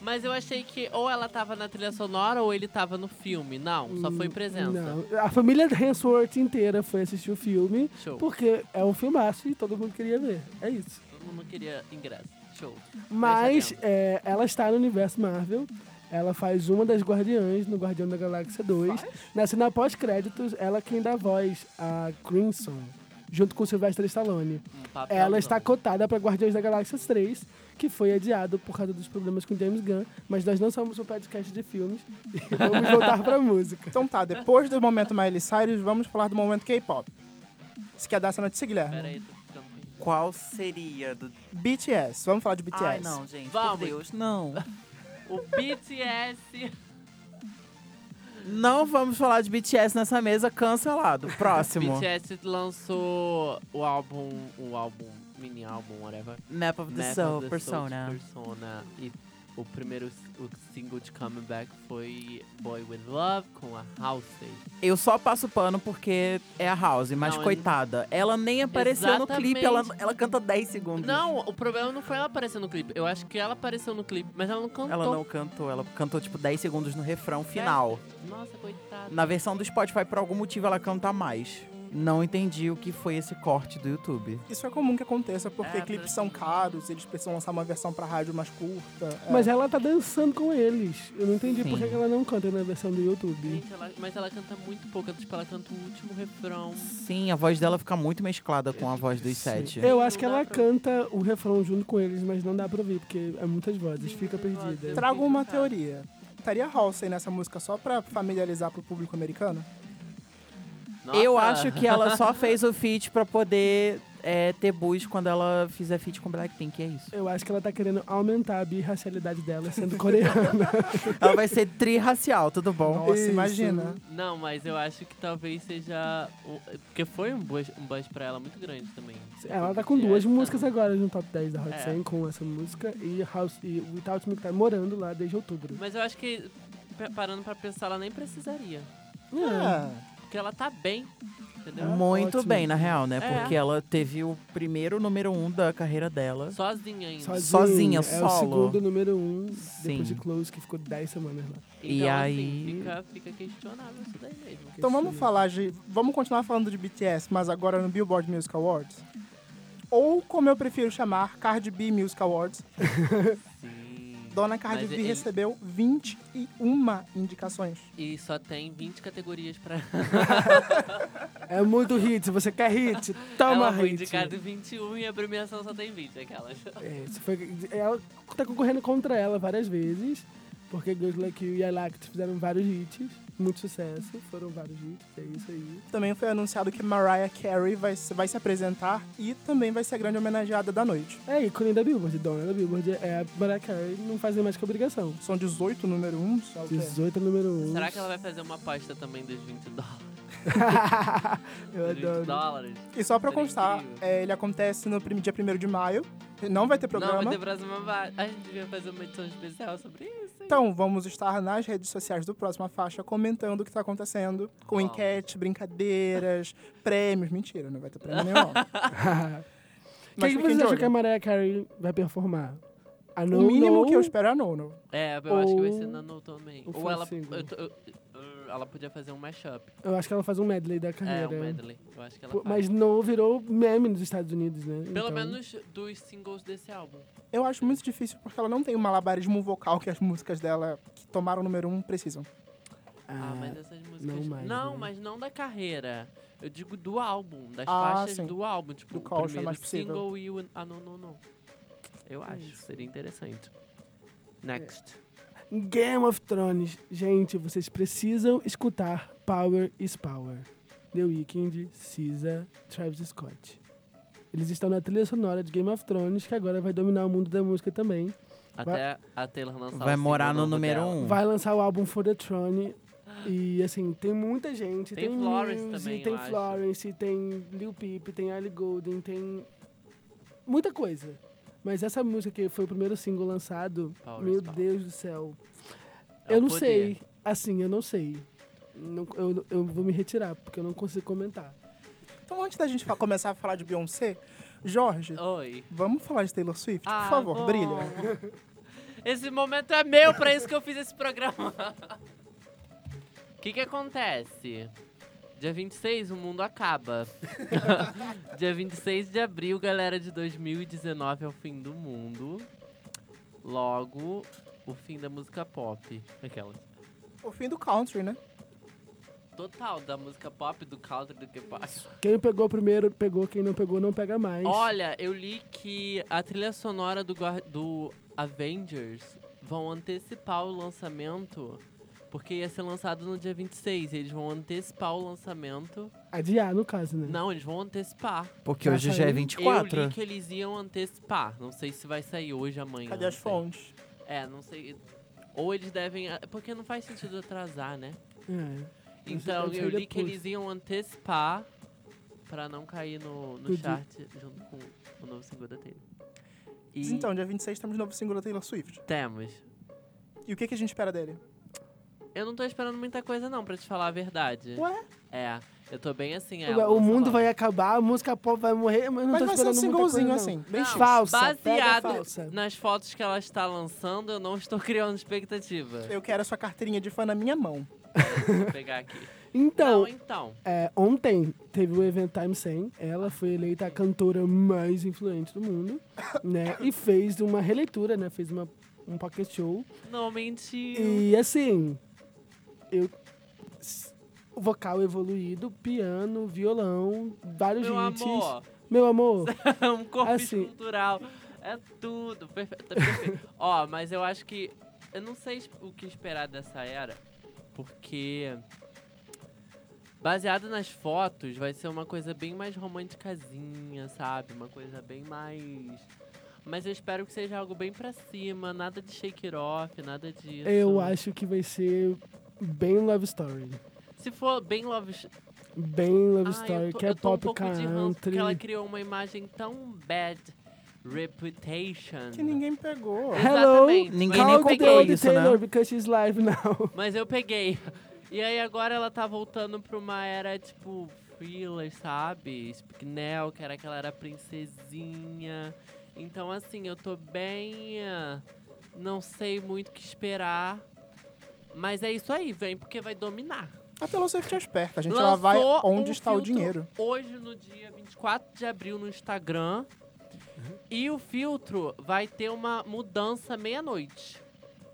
Mas eu achei que ou ela tava na trilha sonora ou ele tava no filme. Não, só foi presença.
Hum, Não, a família Hemsworth inteira foi assistir o filme,
Show.
porque é um filmaço e todo mundo queria ver. É isso.
Todo mundo queria ingresso. Show.
Mas
Fecha
é, ela está no universo Marvel. Ela faz uma das Guardiãs no Guardião da Galáxia 2. Na cena pós-créditos, ela é quem dá voz a Crimson, junto com Sylvester Stallone.
Um papel
Ela
não.
está cotada para Guardiões da Galáxia 3, que foi adiado por causa dos problemas com James Gunn, mas nós não somos um podcast de filmes e vamos voltar para música.
Então tá, depois do momento Miley Cyrus, vamos falar do momento K-pop. Se quer dar essa notícia, Guilherme?
Pera aí, tô ficando... com-
Qual seria do.
BTS, vamos falar de BTS.
Ai, não, gente.
Vamos.
Por Deus, não.
O BTS...
Não vamos falar de BTS nessa mesa, cancelado. Próximo.
BTS lançou o álbum, o álbum, mini álbum, whatever.
Map of the
Map
Soul,
of the
Persona.
Soul de Persona. E o primeiro s- o single de comeback foi Boy With Love com a Halsey.
Eu só passo pano porque é a House, mas
Não, eu-
coitada. Ela nem apareceu no clipe, ela,
Exatamente.
ela canta 10 segundos.
Não, o problema não foi ela aparecer no clipe. Eu acho que ela apareceu no clipe, mas ela não cantou.
Ela não cantou, ela cantou tipo 10 segundos no refrão final.
Nossa, coitada.
Na versão do Spotify, por algum motivo, ela canta mais. Não entendi o que foi esse corte do YouTube.
Isso é comum que aconteça, porque
É,
clipes
mas-
são caros, eles precisam lançar uma versão pra rádio mais curta. é.
Mas ela tá dançando com eles. Eu não entendi por
Sim.
que que ela não canta na versão do YouTube.
Gente, ela- mas ela canta muito pouco. Tipo, ela canta o último refrão.
Sim, a voz dela fica muito mesclada com a voz dos sete.
Eu
Não
acho que
dá
ela
pra-
canta o refrão junto com eles, mas não dá pra ouvir, porque é muitas vozes,
Sim,
fica
muitas vozes.
perdida.
Trago uma
Entendi, cara.
teoria. Estaria Halsey nessa música só pra familiarizar pro público americano?
Eu
Nossa.
acho que ela só fez o feat pra poder é, ter buzz quando ela fizer feat com Blackpink, é isso.
Eu acho que ela tá querendo aumentar a birracialidade dela sendo coreana.
Ela vai ser trirracial, tudo bom?
Nossa,
Então, isso.
imagina.
Não, mas eu acho que talvez seja. o- Porque foi um buzz, um buzz pra ela muito grande também. é,
ela tá com duas
Essa-
músicas agora no top 10 da Hot
É.
100 com essa música e House e Without Me que tá morando lá desde outubro.
Mas eu acho que, pe- parando pra pensar, ela nem precisaria.
Ah,
É.
Porque ela tá bem, entendeu?
Hum. Muito
Ótimo.
bem, na real, né?
É.
Porque ela teve o primeiro número um da carreira dela.
Sozinha ainda.
Sozinha,
Sozinha,
é o
solo.
segundo número um,
Sim.
depois de Close, que ficou 10 semanas lá.
Então,
E
assim,
aí-
fica, fica questionável isso daí mesmo.
Então vamos
Sim.
falar de. Vamos continuar falando de BTS, mas agora no Billboard Music Awards. Ou como eu prefiro chamar, Cardi B Music Awards.
Sim.
Dona Cardi
Mas é,
B
ele-
recebeu 21 indicações.
E só tem 20 categorias pra
É muito hit, se você quer hit, toma
ela. Foi
hit.
indicada em 21 e a premiação só tem 20, aquelas.
É, isso foi, ela tá concorrendo contra ela várias vezes, porque Girls Like You e I Like It fizeram vários hits, muito sucesso, foram vários hits, é isso aí.
Também foi anunciado que Mariah Carey vai, se- vai se apresentar e também vai ser a grande homenageada da noite.
É ícone da Billboard, dona da Billboard, é a Mariah Carey, não fazem mais que obrigação.
São 18 número 1, só o quê?
18 é número 1.
Será que ela vai fazer uma pasta também dos 20 dólares?
Eu
Dos 20
adoro.
dólares?
E só pra
Seria
constar,
incrível.
é, ele acontece no prim- dia 1 de maio. Não vai ter programa.
Não, vai ter próxima va- A gente vai fazer uma edição especial sobre isso. hein?
Então, vamos estar nas redes sociais do Próxima Faixa comentando o que tá acontecendo. Com
Uau.
enquete, brincadeiras, prêmios. Mentira, não vai ter prêmio nenhum. Mas
Quem
fiquem
vocês
de
acham
olho.
que a Mariah Carey vai performar? A
O
No
mínimo
No,
que eu espero é a Nono.
É, eu acho que vai ser
Ou-
Nano também.
ou
Ou ela.
Francisco.
eu tô- eu- eu- ela podia fazer um mashup.
eu acho que ela faz um medley da
É,
carreira.
um medley. Eu acho que ela
Pô,
faz.
Mas No virou meme nos Estados Unidos, né?
Pelo
Então-
menos dos singles desse álbum.
Eu acho muito difícil porque ela não tem o malabarismo vocal que as músicas dela, que tomaram o número 1, precisam.
Ah,
Ah,
mas essas músicas.
mais,
não,
né?
mas não da carreira. Eu digo do álbum, das
Ah,
faixas
sim.
do álbum. Tipo,
Do
o
qual acho
primeiro
mais possível.
single
É.
e o. Ah, não, não, não. Eu acho, seria interessante. Next.
Game of Thrones. Gente, vocês precisam escutar Power is Power. The Weeknd, SZA, Travis Scott. Eles estão na trilha sonora de Game of Thrones, que agora vai dominar o mundo da música também.
Até a Taylor lançar
Vai
o
morar
single
no
novo
número
dela.
um.
Vai lançar o álbum For the Throne. E assim, tem muita gente.
Tem
Tem,
Florence
Muse,
também,
Tem
eu acho.
Florence, tem Lil Peep, tem Ali Golden, tem muita coisa. Mas essa música que foi o primeiro single lançado,
Power
meu
is Power.
Deus do céu.
É o
eu não
poder.
sei. Assim, eu não sei. Não- eu, eu vou me retirar, porque eu não consigo comentar.
Então, antes da gente fa- começar a falar de Beyoncé, Jorge,
Oi.
vamos falar de Taylor Swift?
Ah,
por favor,
bom.
brilha.
Esse momento é meu, pra isso que eu fiz esse programa. O que que acontece? Dia 26, o mundo acaba. Dia 26 de abril, galera, de 2019 é o fim do mundo. Logo, o fim da música pop. Aquela.
O fim do country, né?
Total, da música pop, do country, do que passa.
Quem pegou primeiro, pegou. Quem não pegou, não pega mais.
Olha, eu li que a trilha sonora do, Guar- do Avengers vão antecipar o lançamento, porque ia ser lançado no dia 26. Eles vão antecipar o lançamento.
Adiar, no caso, né?
Não, eles vão antecipar.
Porque
Tá
hoje já é
saindo.
Eu
24.
li que eles iam antecipar. Não sei se vai sair hoje, amanhã.
Cadê
não
as
sei.
fontes?
É, não sei. Ou eles devem. a- Porque não faz sentido atrasar, né?
É. Mas
Então,
deve
eu
sair
li que
depois.
eles iam antecipar pra não cair no, no
Entendi.
chart junto com o novo single da Taylor. E
Então, dia 26 temos novo single da Taylor Swift.
temos.
E o que, que a gente espera dele?
Eu não tô esperando muita coisa, não, pra te falar a verdade.
Ué?
É, eu tô bem assim. É,
O- o
lança
mundo
logo.
vai acabar, a música pop vai morrer, mas não
Mas
tô
vai ser um
esperando muita coisa,
singlezinho
não.
assim, bem
Não,
Fala.
Falsa,
baseado
pega falsa.
nas fotos que ela está lançando, eu não estou criando expectativa.
Eu quero a sua carteirinha de fã na minha mão.
Vou pegar aqui.
Então,
não, então.
é, ontem teve o evento Time 100, ela foi eleita a cantora mais influente do mundo, né? E fez uma releitura, né? Fez uma, um pocket show.
Não mentiu.
E assim, eu s- o vocal evoluído, piano, violão, vários
Meu
hits.
amor,
Meu amor,
é um corpo
Assim.
escultural. É tudo. Perfeito. tá perfeito. Ó, mas eu acho que. Eu não sei es- o que esperar dessa era, porque. Baseado nas fotos, vai ser uma coisa bem mais românticazinha, sabe? Uma coisa bem mais. Mas eu espero que seja algo bem pra cima, nada de shake it off, nada disso.
eu acho que vai ser bem love story.
Se for bem love, s-
Bem love
Ai,
story,
eu tô,
que é
eu tô um
pop
pouco de ranço,
country.
porque ela é criou uma imagem tão bad reputation.
Que ninguém pegou.
Hello,
Exatamente,
ninguém
mas
nem
eu
Call the
comprou
peguei.
old
isso,
Taylor
né?
because she's live now.
Mas eu peguei. E aí agora ela tá voltando pra uma era tipo thriller, sabe? Spinel, que era que ela era princesinha. Então assim, eu tô bem. ah, Não sei muito o que esperar. Mas é isso aí, vem porque vai dominar.
A Taylor Swift é esperta, gente.
Lançou
ela vai onde
um
está o
filtro
dinheiro.
Hoje, no dia 24 de abril, no Instagram. E o filtro vai ter uma mudança meia-noite.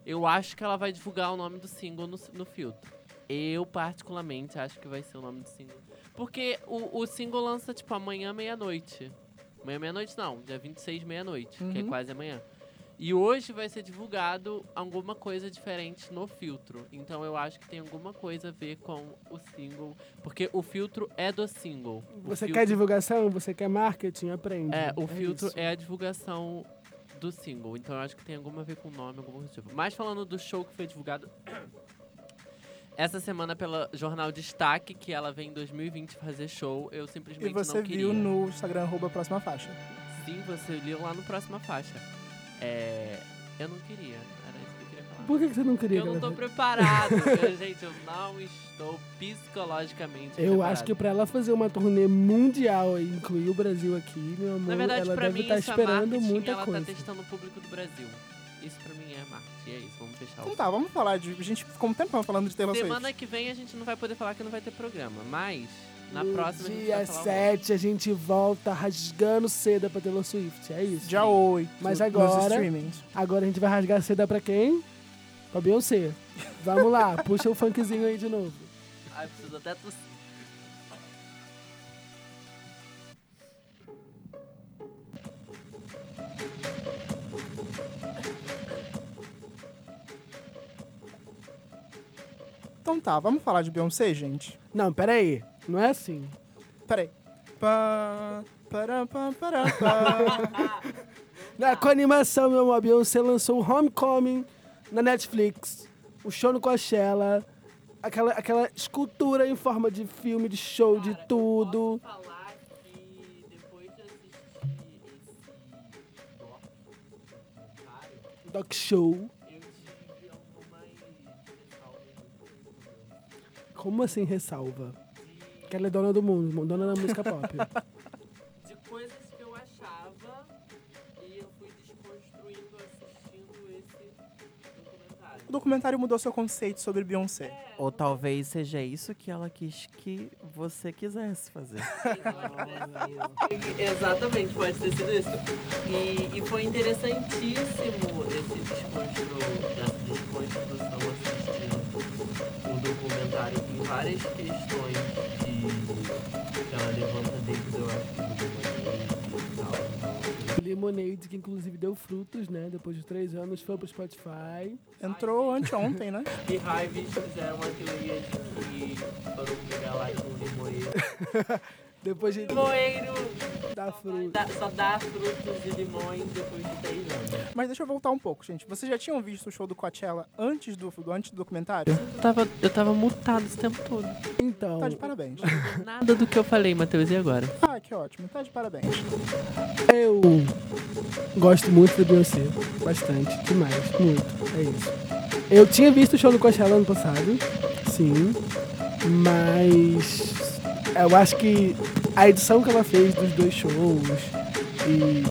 Eu acho que ela vai divulgar o nome do single no, no filtro. Eu, particularmente, acho que vai ser o nome do single. Porque o, o single lança, tipo, amanhã, meia-noite. Amanhã, meia-noite, não. Dia 26, meia-noite, que é
Uhum.
quase amanhã. E hoje vai ser divulgado alguma coisa diferente no filtro. Então eu acho que tem alguma coisa a ver com o single. Porque o filtro é do single. O
Você
filtro-
quer divulgação? Você quer marketing? Aprende.
É, o filtro
isso.
é a divulgação do single. Então eu acho que tem alguma a ver com o nome, alguma coisa do tipo. Mas falando do show que foi divulgado essa semana pela Jornal Destaque, que ela vem em 2020 fazer show, eu
E
simplesmente
você
não queria.
viu no Instagram, arroba a próxima faixa.
Sim, você leu lá no próxima faixa. É. Eu não queria. Era isso que eu queria falar.
Por que que você não queria?
Eu não tô
gravar?
preparado, meu, gente. Eu não estou psicologicamente
Eu
preparado.
acho que pra ela fazer uma turnê mundial e incluir o Brasil aqui, meu amor,
Na verdade,
ela
pra
deve
mim,
estar
isso é
esperando
marketing,
muita
ela
coisa.
tá testando o público do Brasil. Isso pra mim é marketing, é isso. Vamos fechar
Então
o...
tá, vamos falar de... A gente ficou um tempão falando de Taylor Swift.
Semana que vem a gente não vai poder falar que não vai ter programa, mas na
No
próxima a
Dia
gente vai falar... um
7 a gente volta rasgando seda pra Taylor Swift, é isso.
Dia 8,
Mas
nos
agora-
streamings.
Agora a gente vai rasgar seda pra quem? Pra Beyoncé. Vamos lá, puxa o funkzinho aí de novo.
Ai, preciso até tossir.
Então tá, vamos falar de Beyoncé, gente?
Não, peraí. Não é assim.
Peraí. Pá, pará, pá, pará, pá.
Ah, com a animação, meu amor, a Beyoncé lançou o Homecoming na Netflix, o show no Coachella, aquela, aquela escultura em forma de filme, de show, de tudo.
Posso falar que depois de assistir esse bloco, cara,
Doc show.
eu tive algumas ressalvas
Como assim ressalva? Que ela é dona do mundo, dona da música pop.
de coisas que eu achava e eu fui desconstruindo assistindo esse documentário.
o documentário mudou seu conceito sobre Beyoncé.
Ou talvez seja isso que ela quis que você quisesse fazer.
é assim. Exatamente, pode ter sido isso. E, e foi interessantíssimo esse desconstru- essa desconstrução assistindo um documentário com várias questões que, que ela levanta desde eu acho que do humanismo e tal.
Lemonade, que inclusive deu frutos, né? Depois de três anos, foi pro Spotify.
Entrou anteontem, né?
E Hives fizeram uma teoria de que foram pegar lá com limoeiro.
Depois de
Limoeiro
dar
só vai
fruto.
dar- só dá frutos e limões depois de três anos.
Mas deixa eu voltar um pouco, gente. Vocês já tinham visto o show do Coachella antes do, do- antes do documentário?
Eu tava, eu tava mutado esse tempo todo.
Então,
Tá de parabéns.
Nada do que eu falei, Matheus, e agora?
Ah, que ótimo. Tá de parabéns.
eu gosto muito da Beyoncé. Bastante, demais, muito. É isso. Eu tinha visto o show do Coachella ano passado, sim. Mas eu acho que a edição que ela fez dos dois shows e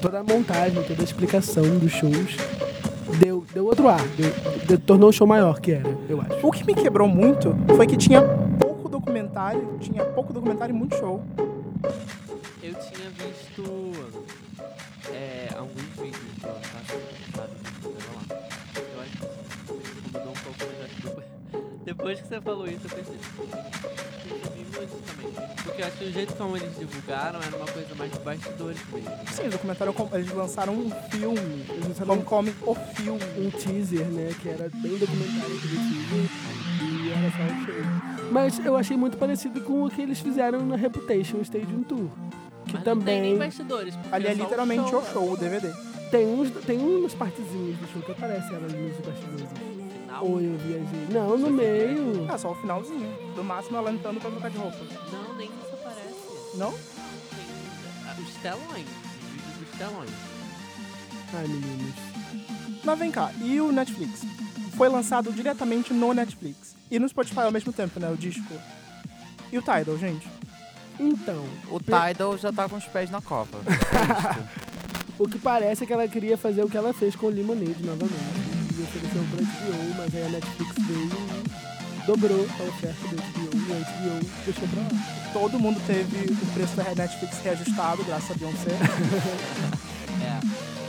toda a montagem, toda a explicação dos shows deu, deu outro ar. Deu, deu- tornou o show maior que era, eu acho.
O que me quebrou muito foi que tinha pouco documentário, tinha pouco documentário e muito show.
Eu tinha visto é, alguns vídeos do ano passado, sabe, do programa lá. Eu acho que mudou um pouco, mas acho que depois, depois que você falou isso, eu pensei, "Pô, eu vi muito também. Porque eu acho que o jeito como eles divulgaram era uma coisa mais de bastidores mesmo. né?
Sim, o documentário, eles lançaram um filme.
Eles lançaram
Vamos come o filme.
um teaser, né? Que era bem documentário aquele teaser. E era só um show. Mas eu achei muito parecido com o que eles fizeram na Reputation Stadium Tour.
Mas
Que
não tem nem
também
bastidores. porque
Ali é
só um o né?
literalmente o show, o DVD.
tem, uns, tem umas partezinhas do show que aparecem elas nos bastidores.
no final.
Ou eu viajei. Não, no meio.
Ah, só o finalzinho. Do máximo ela entrando pra trocar de roupa.
Não, nem isso aparece.
Não?
Tem ah, os telões, os vídeos dos telões.
Ai, meninos.
Mas vem cá, e o Netflix? Foi lançado diretamente no Netflix. E no Spotify ao mesmo tempo, né? O disco. E o Tidal, gente?
Então,
O Tidal já tá com os pés na copa.
o que parece é que ela queria fazer o que ela fez com o Lemonade novamente. E ofereceu pra HBO, mas aí a Netflix veio e dobrou a oferta do HBO. E a HBO deixou pra lá.
Todo mundo teve o preço da Netflix reajustado, graças a Beyoncé.
É.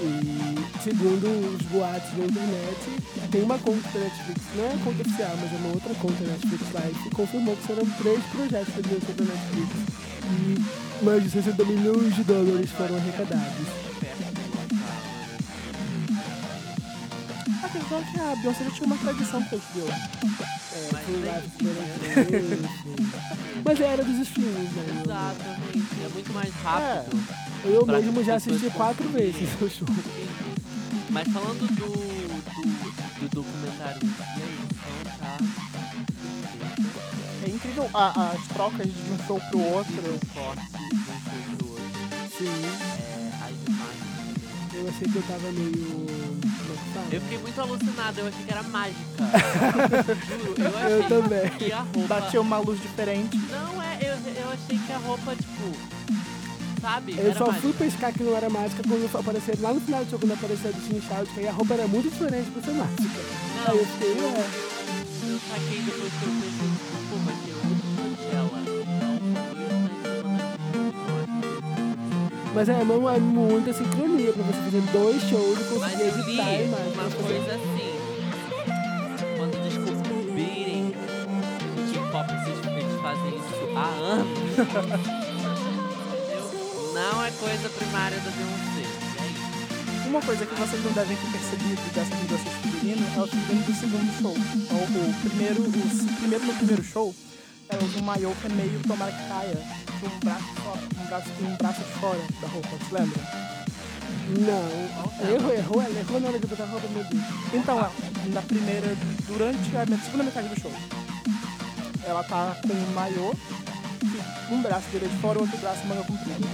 E segundo os boatos da internet, tem uma conta da Netflix, não é a conta oficial, mas é uma outra conta da Netflix Live, que confirmou que serão três projetos da Beyoncé da Netflix. E mais de 60 milhões de dólares foram arrecadados.
A questão é que a Beyoncé já tinha uma tradição com a HBO.
É, foi lá que foram
né?
três, enfim. Mas é a era dos streams, né?
Exatamente. É muito mais
É.
rápido.
Eu
Pra
mesmo já
as pessoas
assisti quatro
consumirem.
vezes o show.
Mas falando do, do, do documentário em si, a edição tá perfeita.
É incrível a- as trocas de um show pro outro.
O corte de um show pro outro. É,
Sim,
as imagens. também.
eu achei que eu tava meio... como é que fala?
Eu fiquei muito alucinado, eu achei que era mágica. Juro, eu achei
Eu também.
que a roupa.
Batia uma luz diferente.
Não é, eu, eu achei que a roupa, tipo. Sabe?
Eu
era
só
mágica.
fui pescar que não era mágica quando apareceu lá no final do jogo, quando apareceu a bichinha Shout, que aí a roupa era muito diferente pra ser mágica.
Não,
Aí eu fiquei, ué,
Eu saquei depois que eu pensei, pô, mas eu amo ela. Então,
mas é, não é muita sincronia pra você fazer dois shows e
Mas
conseguir
eu li
editar a imagem.
uma coisa assim. Quando descobrirem que pop vocês eles fazem isso há anos. entendeu? Não é coisa primária do Beyoncé. É isso.
Uma coisa que vocês não devem ter percebido dessa mudança de figurino é o figurino do segundo show. Então, o primeiro, o s- primeiro no primeiro show é o do maiô que é meio tomara que caia, com um braço fora, um braço com um braço fora da roupa, se lembra?
Não. Errou, errou,
é,
ela errou na hora de botar a roupa, meu Deus.
Então, ela, na primeira, durante a met- segunda metade do show, ela tá com um maiô, que um braço dele é de fora, o outro braço manga comprido.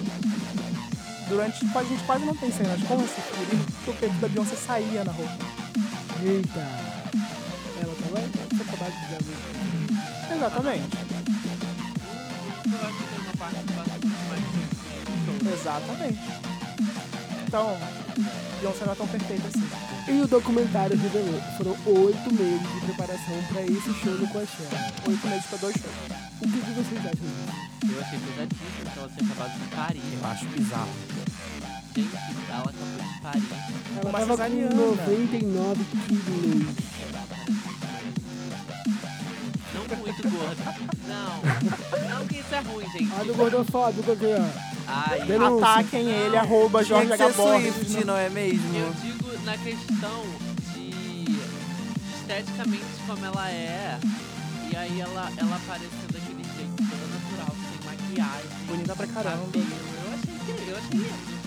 Durante, tipo, a gente quase não tem cenas com esse figurino, porque o peito da Beyoncé saía na roupa.
Eita. Ela tava com saudade de diabo.
Exatamente.
Eu acho que tem uma parte que passa muito mais tempo.
Exatamente. Então, Beyoncé não é tão perfeita assim.
E o documentário revelou que foram oito meses de preparação pra esse show no Coachella.
Oito meses pra dois shows.
O que, que vocês acham disso?
Eu achei pesadíssimo que ela tinha acabado de parir.
Eu acho bizarro.
Gente, ela acabou de parir.
Ela
Uma
tava
cesariana.
com 99 quilos.
Não muito gorda. Não. Não que isso é ruim, gente.
Olha o gordofóbico aqui, ó.
Ai,
Denúncia.
Ataquem ele, arroba
Tinha
Jorge
que
H.
ser
Borges.
Swift, não é mesmo?
Eu digo na questão de esteticamente como ela é. E aí ela, ela aparecendo daquele jeito toda natural, sem maquiagem.
Bonita pra caramba. Hum.
cabelo. Eu achei incrível, eu achei lindo.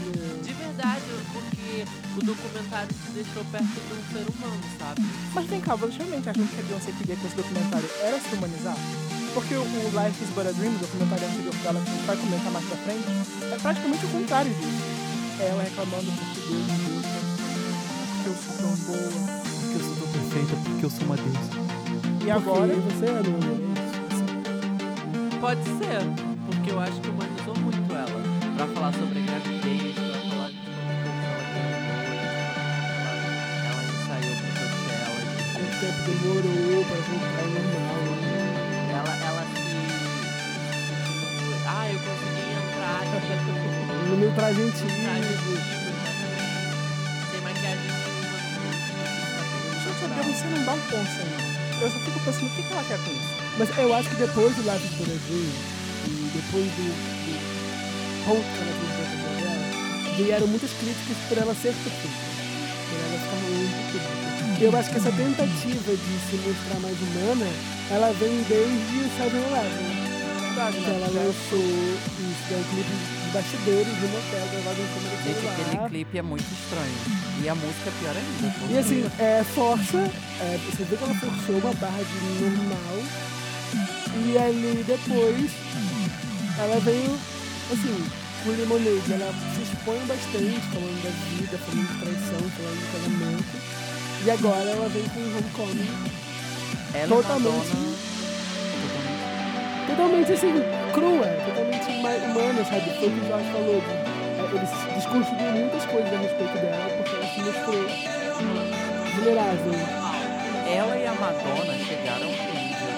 De verdade, eu- porque o documentário te deixou perto de um ser humano, sabe?
Mas vem cá, vocês realmente acham que a Beyoncé queria com esse documentário era se humanizar? Porque o Life is But a Dream, o documentário anterior dela, que a gente vai comentar mais pra frente, é praticamente o contrário disso. É ela reclamando porque Deus me deu, porque eu sou
Tá
tão boa.
Porque eu sou tão perfeita, porque eu sou uma deusa.
E agora,
Porque você é novo.
Pode ser, porque eu acho que humanizou muito ela. Pra falar sobre a gravidez, pra falar de como ela ganhou, ela ensaiou com
O
Coachella,
tempo demorou pra voltar ao normal.
ela, ela se... Ah, eu consegui entrar é aqui.
No meu pra gente
Ah, eu
ir.
digo, exatamente. Sem maquiagem nenhuma.
gente, a Beyoncé não dá um ponto sem ela. Eu só fico pensando, o que, que ela quer com isso?
Mas eu acho que depois do Lápis do Brasil, e depois do, do ponto que ela fez dentro dela, vieram muitas críticas por ela ser perfeita. Por ela ficar muito perfeita. E Eu acho que essa tentativa de se mostrar mais humana, ela vem desde o Seven Eleven.
Verdade,
Que
né?
ela lançou isso, que é um clipe de bastidores de um hotel gravado em câmera
Gente, aquele
celular.
clipe é muito estranho. E a música é pior ainda. porque-
E assim, é, força, é, você vê que ela forçou uma barra de normal. E ali depois ela veio, assim, com limonade. Ela se expõe bastante, falando da vida, falando de traição, falando de casamento. E agora ela vem com o homecoming.
Ela é uma
totalmente-
dona-
Totalmente assim, crua, totalmente huma- humana, sabe? Foi o que o Jorge falou. de- é, Eles desconstruíram muitas coisas a respeito dela, porque ela se mostrou vulnerável.
Ela e a Madonna chegaram ao nível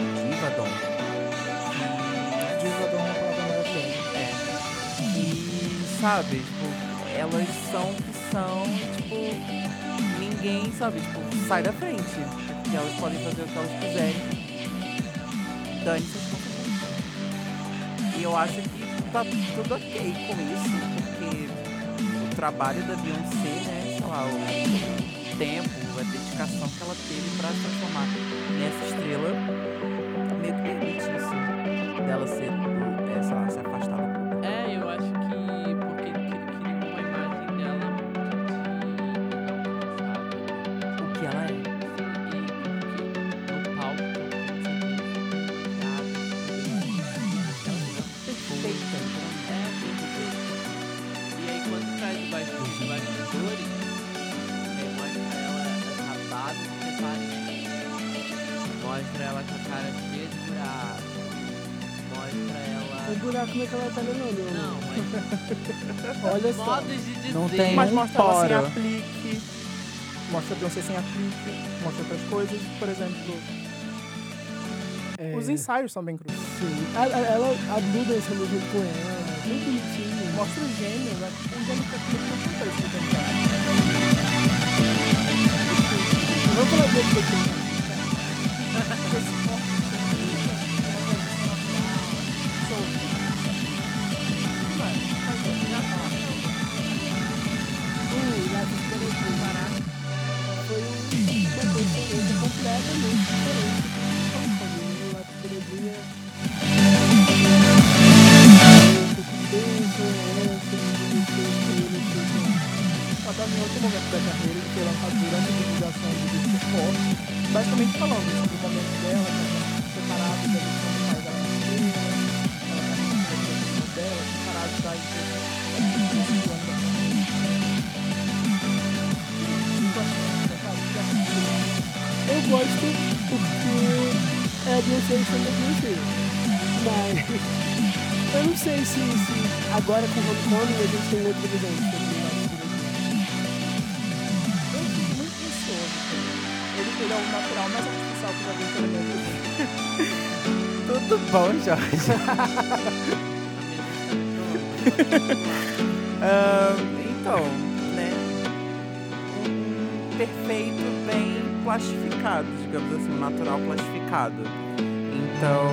de diva dom.
Diva Dom é uma palavra maravilhosa.
É. E, sabe, tipo, elas são o que são, tipo, ninguém, sabe, tipo, sai da frente. Porque elas podem fazer o que elas quiserem. Dane-se. E eu acho que tá tudo ok com isso, porque o trabalho da Beyoncé, né, sei lá, o tempo, a dedicação que ela teve pra se transformar nessa estrela, meio que permite isso, dela ser, é, sei lá, se afastar do
É, eu acho que porque ele queria uma imagem dela é de alcançada.
o que ela é.
Sim, e porque no palco, você tem que cuidar, você tem que perfeita. É, tem que ter. E aí quando traz o baixo dos bastidores, é, mostra ela rapada, separada, mostra ela com a cara cheia de buraco, mostra ela...
O buraco não é que ela tá levando.
Não, mas
Olha só.
modos de dizer...
Não tem.
Mas
um
mostra ela sem
poro.
aplique, mostra a Beyoncé sem aplique, mostra outras coisas, por exemplo,
É,
os ensaios são bem crus.
sim. A- a- Ela, a Duda dançando junto com ela. Muito bonitinho.
Mostra o gênio, né? O gênio que é tudo que não acontece no tempo.
Vamos falar dele daqui.
Hum,
né? um completamente né? diferente. Lá, pegadinha. assim,
Cada em outro momento da carreira que foi lançado durante a divulgação do disco pop, basicamente falando sobre o momento dela, que ela tá separada da versão do pai dela na feira, ela tá com a versão dela, separada da tá, empresa.
Eu gosto porque é a Beyoncé sendo a Beyoncé. Mas eu não sei se, se agora com o Homecoming a gente tem outra visão. sobre o Homecoming.
Eu fico muito ansioso. cara. Ele, ele é um natural mais artificial que eu já vi pela minha vida.
Tudo bom, Jorge?
A mesa tá pronta.
Ah, então, né? Um perfeito bem plastificado, digamos assim, um natural plastificado. Então,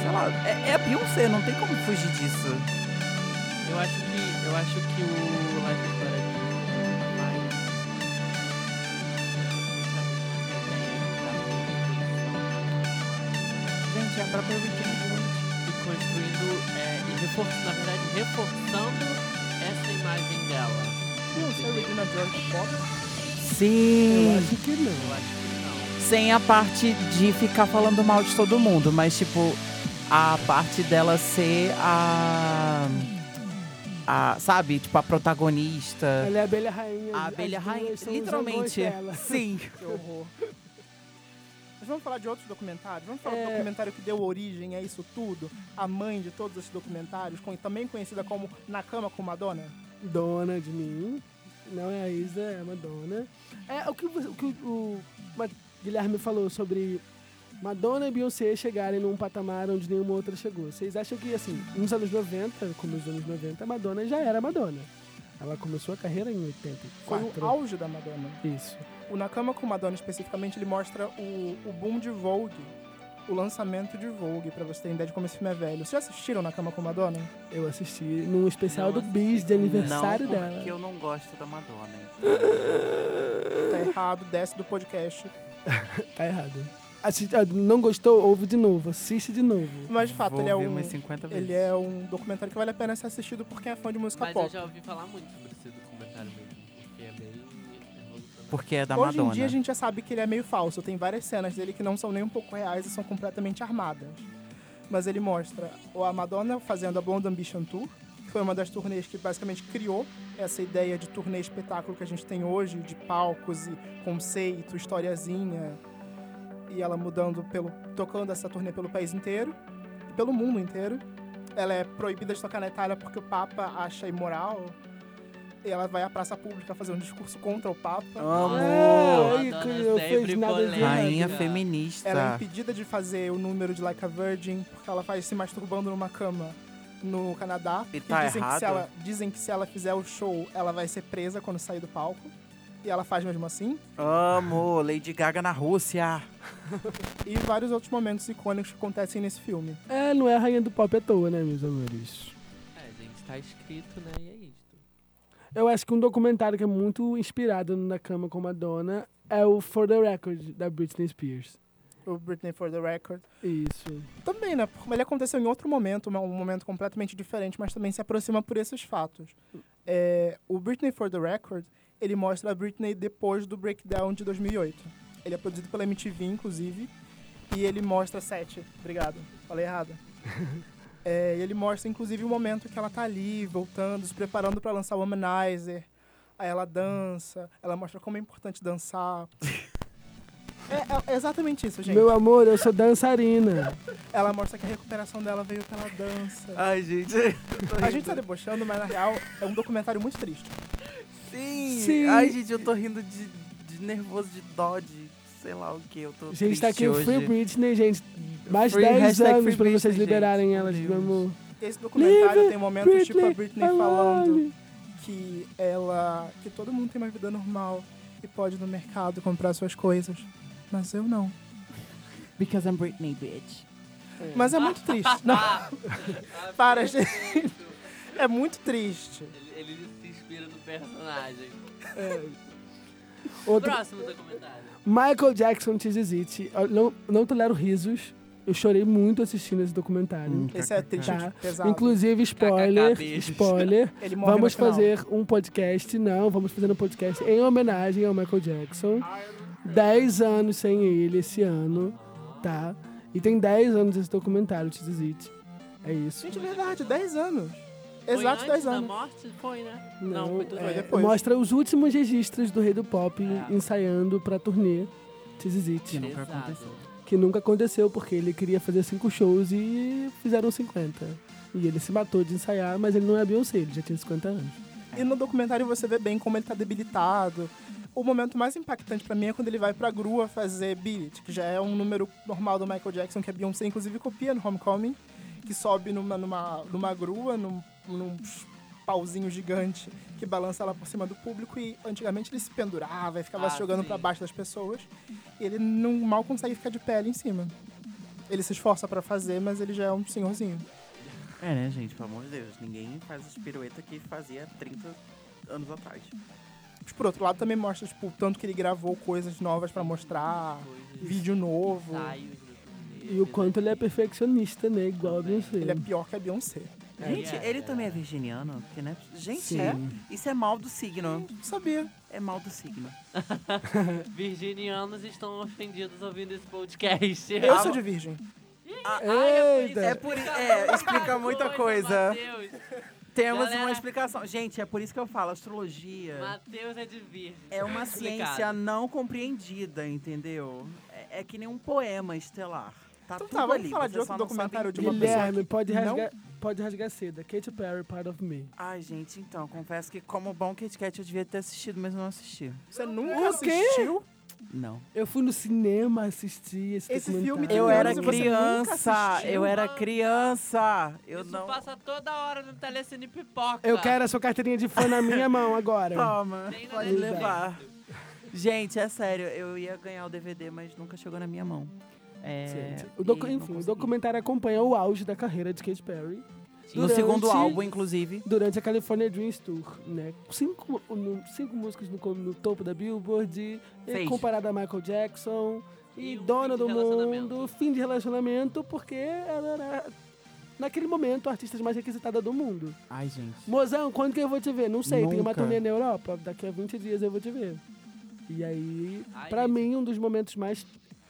sei lá, é, é a Beyoncé, não tem como fugir disso.
Eu acho que, eu acho que o Life is Better Than mais-
Gente, é a própria Weekend.
E construindo, é, e refor- na verdade, reforçando essa imagem dela.
Beyoncé e Regina George pop.
Eu
Sim,
acho que não.
Eu acho que não.
sem a parte de ficar falando mal de todo mundo, mas tipo, a parte dela ser a. a sabe, tipo, a protagonista.
Ela é a abelha rainha.
A
As
abelha
duas
rainha,
são os amores
literalmente.
dela.
Sim.
Que horror. Mas vamos falar de outros documentários? Vamos falar
É.
do documentário que deu origem a isso tudo? A mãe de todos esses documentários, com- também conhecida como Na Cama com Madonna?
Dona de mim. Não é a Isa, é a Madonna. É o que você- o, que o Ma- Guilherme falou sobre Madonna e Beyoncé chegarem num patamar onde nenhuma outra chegou. Vocês acham que, assim, nos anos 90, como nos anos 90, a Madonna já era Madonna. Ela começou a carreira em
Foi
84.
o auge da Madonna.
Isso.
O Na Cama com Madonna, especificamente, ele mostra o, o boom de Vogue. O lançamento de Vogue, pra você ter ideia de como esse filme é velho. Vocês já assistiram Na Cama com Madonna?
Eu assisti num especial
Não
do Bis de aniversário
não,
dela.
porque eu não gosto da Madonna. então
Tá errado, desce do podcast.
Tá errado. Assi- ah, não gostou? Ouve de novo. Assiste de novo.
Mas, de fato,
Vou
ele é
ver
um...
umas 50 vezes.
Ele é um documentário que vale a pena ser assistido por quem é fã de música
Mas eu
pop.
já ouvi falar muito sobre esse documentário mesmo, porque é bem revolucionário.
Porque é da
Hoje
Madonna.
em dia a gente já sabe que ele é meio falso. Tem várias cenas dele que não são nem um pouco reais e são completamente armadas. Mas ele mostra o- a Madonna fazendo a Blonde Ambition Tour, que foi uma das turnês que basicamente criou essa ideia de turnê espetáculo que a gente tem hoje, de palcos e conceito, historiazinha. E ela mudando pelo. tocando essa turnê pelo país inteiro e pelo mundo inteiro. Ela é proibida de tocar na Itália porque o Papa acha imoral. E ela vai à praça pública fazer um discurso contra o Papa.
Amo! é
Ai,
Madonna
que eu
sempre
fiz nada de
polêmica.
errado.
Rainha feminista.
Ela é impedida de fazer o número de Like a Virgin, porque ela faz se masturbando numa cama no Canadá.
E tá
dizem, que
errado?
se ela, dizem que se ela fizer o show, ela vai ser presa quando sair do palco. E ela faz mesmo assim.
Amo! Lady Gaga na Rússia.
E vários outros momentos icônicos que acontecem nesse filme.
É, não é a rainha do pop à toa, né, meus amores?
É, gente, tá escrito, né? E é isto.
Eu acho que um documentário que é muito inspirado no Na Cama com Madonna é o For the Record, da Britney Spears.
O Britney for the Record.
Isso.
Também, né? Porque ele aconteceu em outro momento, um momento completamente diferente, mas também se aproxima por esses fatos. É, o Britney for the Record, ele mostra a Britney depois do Breakdown de 2008. Ele é produzido pela MTV, inclusive, e ele mostra sete. Obrigado, falei errado. É, e ele mostra, inclusive, o momento que ela tá ali, voltando, se preparando para lançar o Womanizer. Aí ela dança, ela mostra como é importante dançar. É, é- é exatamente isso, gente.
Meu amor, eu sou dançarina.
Ela mostra que a recuperação dela veio pela dança.
Ai, gente.
A gente tá debochando, mas na real é um documentário muito triste.
Sim.
Sim.
assim. Ai, gente, eu tô rindo de, de nervoso, de dó, de sei lá o que. Eu tô
A gente tá aqui,
triste hoje.
Free Britney, gente. Mais de
Free-
10
hashtag
anos
Free
pra vocês
Britney, gente.
liberarem elas,
Meu
meu amor.
Esse documentário
Leave
tem momentos tipo a Britney
alive.
falando que ela. que todo mundo tem uma vida normal e pode ir no mercado comprar suas coisas. Mas eu não.
Because I'm Britney, bitch.
Mas é muito triste. Não. Para, gente. É muito triste.
Ele, ele se inspira no personagem.
É. Outro,
Próximo documentário.
Michael Jackson Teases It. Eu Não, não tolero risos. Eu chorei muito assistindo esse documentário.
Hum.
Esse é triste,
Tá.
pesado.
Inclusive, spoiler,
beijos.
spoiler,
Ele morre
vamos
no final.
fazer um podcast, não, vamos fazer um podcast em homenagem ao Michael Jackson. 10 anos sem ele esse ano, tá? E tem 10 anos esse documentário, This Is It. É isso.
Gente, é verdade, 10 anos.
Foi
Exato
antes
10
da
anos.
morte? Foi, né? Não, foi tudo
é,
bem.
depois.
Mostra os últimos registros do Rei do Pop
É.
ensaiando pra turnê This Is It,
nunca
Pesado.
aconteceu.
que nunca aconteceu porque ele queria fazer cinco shows e fizeram 50. E ele se matou de ensaiar, mas ele não é Beyoncé, ele já tinha 50 anos.
E no documentário você vê bem como ele tá debilitado. O momento mais impactante pra mim é quando ele vai pra grua fazer Billet, que já é um número normal do Michael Jackson, que a Beyoncé inclusive copia no Homecoming, que sobe numa, numa, numa grua, num, num pauzinho gigante que balança lá por cima do público e antigamente ele se pendurava e ficava
Ah,
se jogando
sim.
pra baixo das pessoas. Ele não mal consegue ficar de pé ali em cima. Ele se esforça pra fazer, mas ele já é um senhorzinho.
É, né, gente? Pelo amor de Deus. Ninguém faz as piruetas que fazia 30 anos atrás.
Mas por outro lado também mostra, tipo, o tanto que ele gravou coisas novas pra mostrar, vídeo novo.
Ensaios da turnê,
E o quanto ele é perfeccionista, né? Igual a Beyoncé.
Ele é pior que a Beyoncé.
Gente,
é,
ele
é.
também é virginiano, porque, né? Gente,
Sim.
é. Isso é mal do signo.
Não sabia.
É mal do signo.
Virginianos estão ofendidos ouvindo esse podcast.
Eu sou de virgem.
Eita!
É por é, explica muita coisa. Temos uma explicação. Gente, é por isso que eu falo, astrologia
Matheus é de virgem.
é uma
Explicado.
ciência não compreendida, entendeu? É, é que nem um poema estelar. Tá
Então
tudo
tá, vamos
ali,
falar de
você
outro
só não
documentário de uma pessoa.
Guilherme, pode
não-
rasgar, pode rasgar seda. Katy Perry, Part of Me.
Ai, gente, então, confesso que como bom Kit Kat eu devia ter assistido, mas não assisti.
Você nunca
O quê?
assistiu?
Não.
Eu fui no cinema assistir esse,
Esse
documentário.
filme tem
Eu
anos
era
e você nunca
criança,
assistiu?
eu era criança. Eu
Isso
não
passa toda hora no Telecine Pipoca.
Eu quero a sua carteirinha de fã na minha mão agora.
Toma,
Tem na
pode
Netflix.
levar. Gente, é sério, eu ia ganhar o DVD, mas nunca chegou na minha mão. É,
Gente,
e
o docu-
não
enfim, o
consegui.
documentário acompanha o auge da carreira de Katy Perry
No
durante-
segundo álbum, inclusive.
durante a California Dreams Tour, né? Cinco, no- cinco músicas no, com- no topo da Billboard, e
Seis.
comparada a Michael Jackson, e,
E um
dona
fim de
do
relacionamento.
mundo, fim de relacionamento, porque ela era, naquele momento, a artista mais requisitada do mundo.
Ai, gente.
Mozão, quando que eu vou te ver? Não sei, tem uma
Nunca.
turnê na Europa, daqui a 20 dias eu vou te ver. E aí,
Ai,
pra
gente.
mim, um dos momentos mais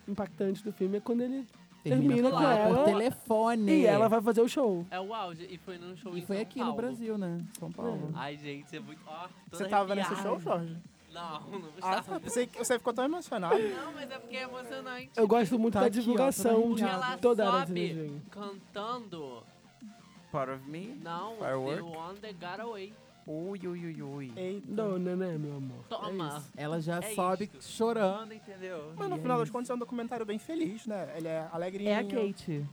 impactantes do filme é quando ele
Termina
termina,
com
com
ela por
ela,
telefone.
e ela vai fazer o show.
É o auge. E foi num show
E
em
foi
São
aqui no
Paulo.
Brasil, né? São Paulo.
Ai, gente, é muito... ó, toda
Você tava nesse
arrepiada.
show, Jorge?
Não, não
Ah,
estava.
tá. Pensei que você ficou tão emocionado.
Não, mas é porque é emocionante.
Eu gosto muito
Tá
da
aqui, ó,
divulgação
toda
de
arrepiada.
toda
Ela
a
sobe.
viagem.
Cantando...
Part of me.
Não,
Firework?
The One That Got Away.
Ui, ui, ui, ui.
Eita.
Não, né, né, meu amor?
Toma.
Ela já
É
sobe
isto.
chorando, entendeu?
Mas no final das contas é um documentário bem feliz, né? Ele é alegrinho.
É a Kate.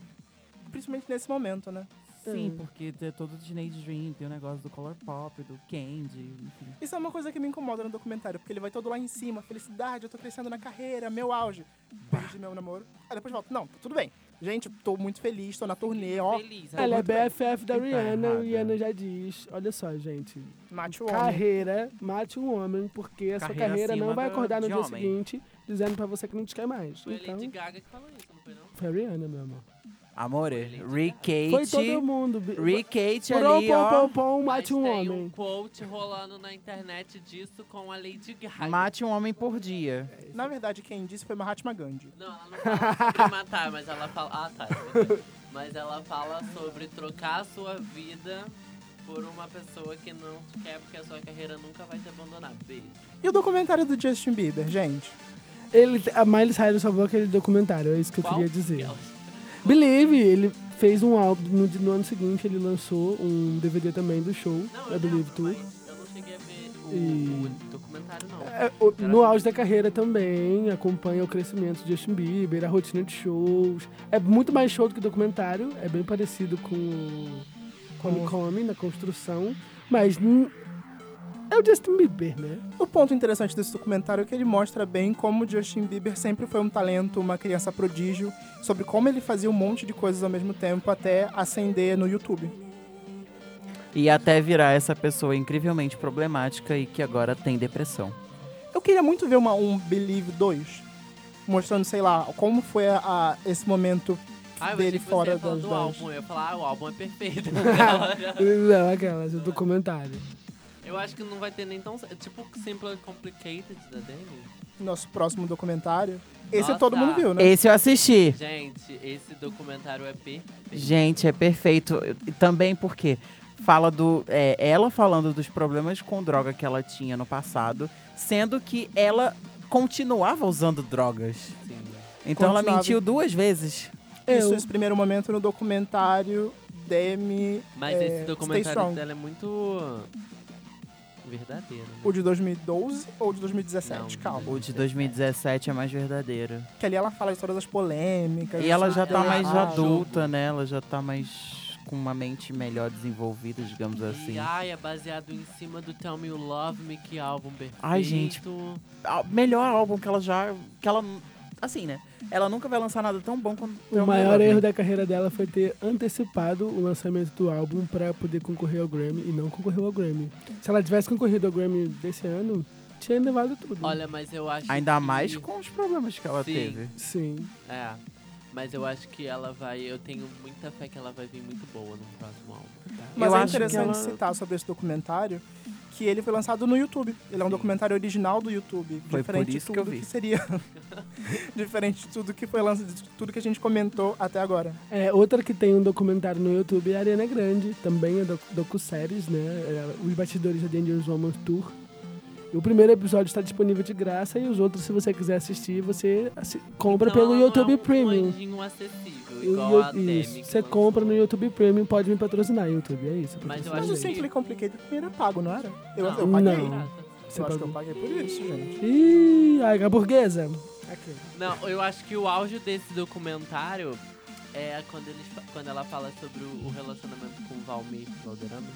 Principalmente nesse momento, né?
Sim,
É.
porque tem todo o Teenage Dream, tem o negócio do Color Pop, do Candy, enfim.
Isso é uma coisa que me incomoda no documentário, porque ele vai todo lá em cima, felicidade, eu tô crescendo na carreira, meu auge. Perdi meu namoro. Aí depois volta, não, tudo bem. Gente, tô muito feliz, tô na turnê, ó.
Feliz. né?
Ela é
muito bem.
BFF da
Quem tá
Rihanna,
errada?
Rihanna já diz. Olha só, gente.
Mate o homem.
Carreira, mate um homem, porque a sua
Carreira
carreira
acima
não vai
do-
acordar no
de
dia
homem.
seguinte dizendo pra você que não te quer mais.
Foi a Lady
então,
Gaga que falou isso, não foi não?
foi a Rihanna, meu amor.
Amore, Rick
Foi
Kate.
todo mundo. bi-
Rick Kate
Prom,
ali,
pom,
ó.
pom, pom, mate
Mas
um
tem
homem.
um quote rolando na internet disso com a Lady Gaga.
Mate um homem por dia.
Na verdade, quem disse foi Mahatma Gandhi.
Não, ela não fala sobre matar, mas ela fala... Ah, tá. entendi. Mas ela fala sobre trocar a sua vida por uma pessoa que não te quer, porque a sua carreira nunca vai te abandonar. Beijo.
E o documentário do Justin Bieber, gente?
Ele, a Miley Cyrus salvou aquele documentário, é isso que eu
Qual?
queria dizer.
Aquelas.
Believe, ele fez um álbum, no, no ano seguinte ele lançou um DVD também É do show,
Não,
I
eu
Believe
lembro,
Tour.
mas eu não cheguei a ver o,
E-
o documentário, não. Ah,
É, o- No auge da carreira também, acompanha o crescimento de Justin Bieber, a rotina de shows. É muito mais show do que documentário, é bem parecido com o Come Come, na construção, mas hum, é o Justin Bieber, né?
O ponto interessante desse documentário é que ele mostra bem como o Justin Bieber sempre foi um talento, uma criança prodígio, sobre como ele fazia um monte de coisas ao mesmo tempo até ascender no YouTube.
E até virar essa pessoa incrivelmente problemática e que agora tem depressão.
Eu Eu queria muito ver uma, um Believe 2. Mostrando, sei lá, como foi a, a- esse momento
Ah, eu
dele
achei que
fora
você ia falar
das
do
das-
álbum. Eu ia falar, ah, o álbum é perfeito.
Não, aquelas, o documentário.
eu acho que não vai ter nem tão. é Tipo Simple and Complicated da Demi.
Nosso próximo documentário. Esse
Nossa.
todo mundo viu, né?
Esse eu assisti.
Gente, esse documentário é perfeito.
Gente, é perfeito. E Também porque fala do. é, ela falando dos problemas com droga que ela tinha no passado, sendo que ela continuava usando drogas.
Sim.
Então ela
Continuava.
mentiu duas vezes.
Isso
Eu.
nesse primeiro momento no documentário Demi.
Mas
é,
esse
Stay
documentário
Strong.
dela é muito. verdadeiro. né?
O de 2012 ou de 2017,
Não,
calma.
O de 2017 é mais verdadeiro.
Que ali ela fala de todas as polêmicas.
E ela já
tudo
tá
errado.
mais
errado.
adulta, né? Ela já tá mais com uma mente melhor desenvolvida, digamos assim.
E ai, é baseado em cima do Tell Me You Love Me, que álbum perfeito.
Ai, gente. Ah, Melhor álbum que ela já. que ela. Assim, né? Ela nunca vai lançar nada tão bom quanto.
O
é.
maior erro da carreira dela foi ter antecipado o lançamento do álbum pra poder concorrer ao Grammy e não concorreu ao Grammy. Se ela tivesse concorrido ao Grammy desse ano, tinha levado tudo.
Olha, mas eu acho
Ainda
que-
mais com os problemas que ela
Sim.
teve.
Sim.
É. Mas eu acho que ela vai. Eu tenho muita fé que ela vai vir muito boa no próximo álbum. tá?
Mas
Eu
é
acho que
interessante
ela-
citar sobre esse documentário que ele foi lançado no YouTube. Ele é um documentário original do YouTube.
Foi
diferente
por isso
de
que eu
tudo
vi.
seria. diferente de tudo que foi lançado, de tudo que a gente comentou até agora.
É, outra que tem um documentário no YouTube é a Ariana Grande, também é doc docu-séries, né? É, os bastidores da Dangerous Woman Tour. E O primeiro episódio está disponível de graça e os outros, se você quiser assistir, você assi- compra
Então,
pelo
ela não
YouTube
é um
Premium.
anjinho acessível,
E o
igual
Yo-
a Demi,
isso.
que
Você
lançou.
compra no YouTube Premium, pode me patrocinar, YouTube. É isso.
Mas eu
patrocina
Mas
acho
a
o
que-
gente.
Simply Complicated era pago, não era? Eu,
Não,
eu paguei.
Não. Você
eu acho que eu
pagou.
paguei por isso, gente.
Ih, ai, a burguesa. Aqui.
Não, eu acho que o auge desse documentário é quando, eles, fa- quando ela fala sobre o, o relacionamento com o Valmir Valderrama.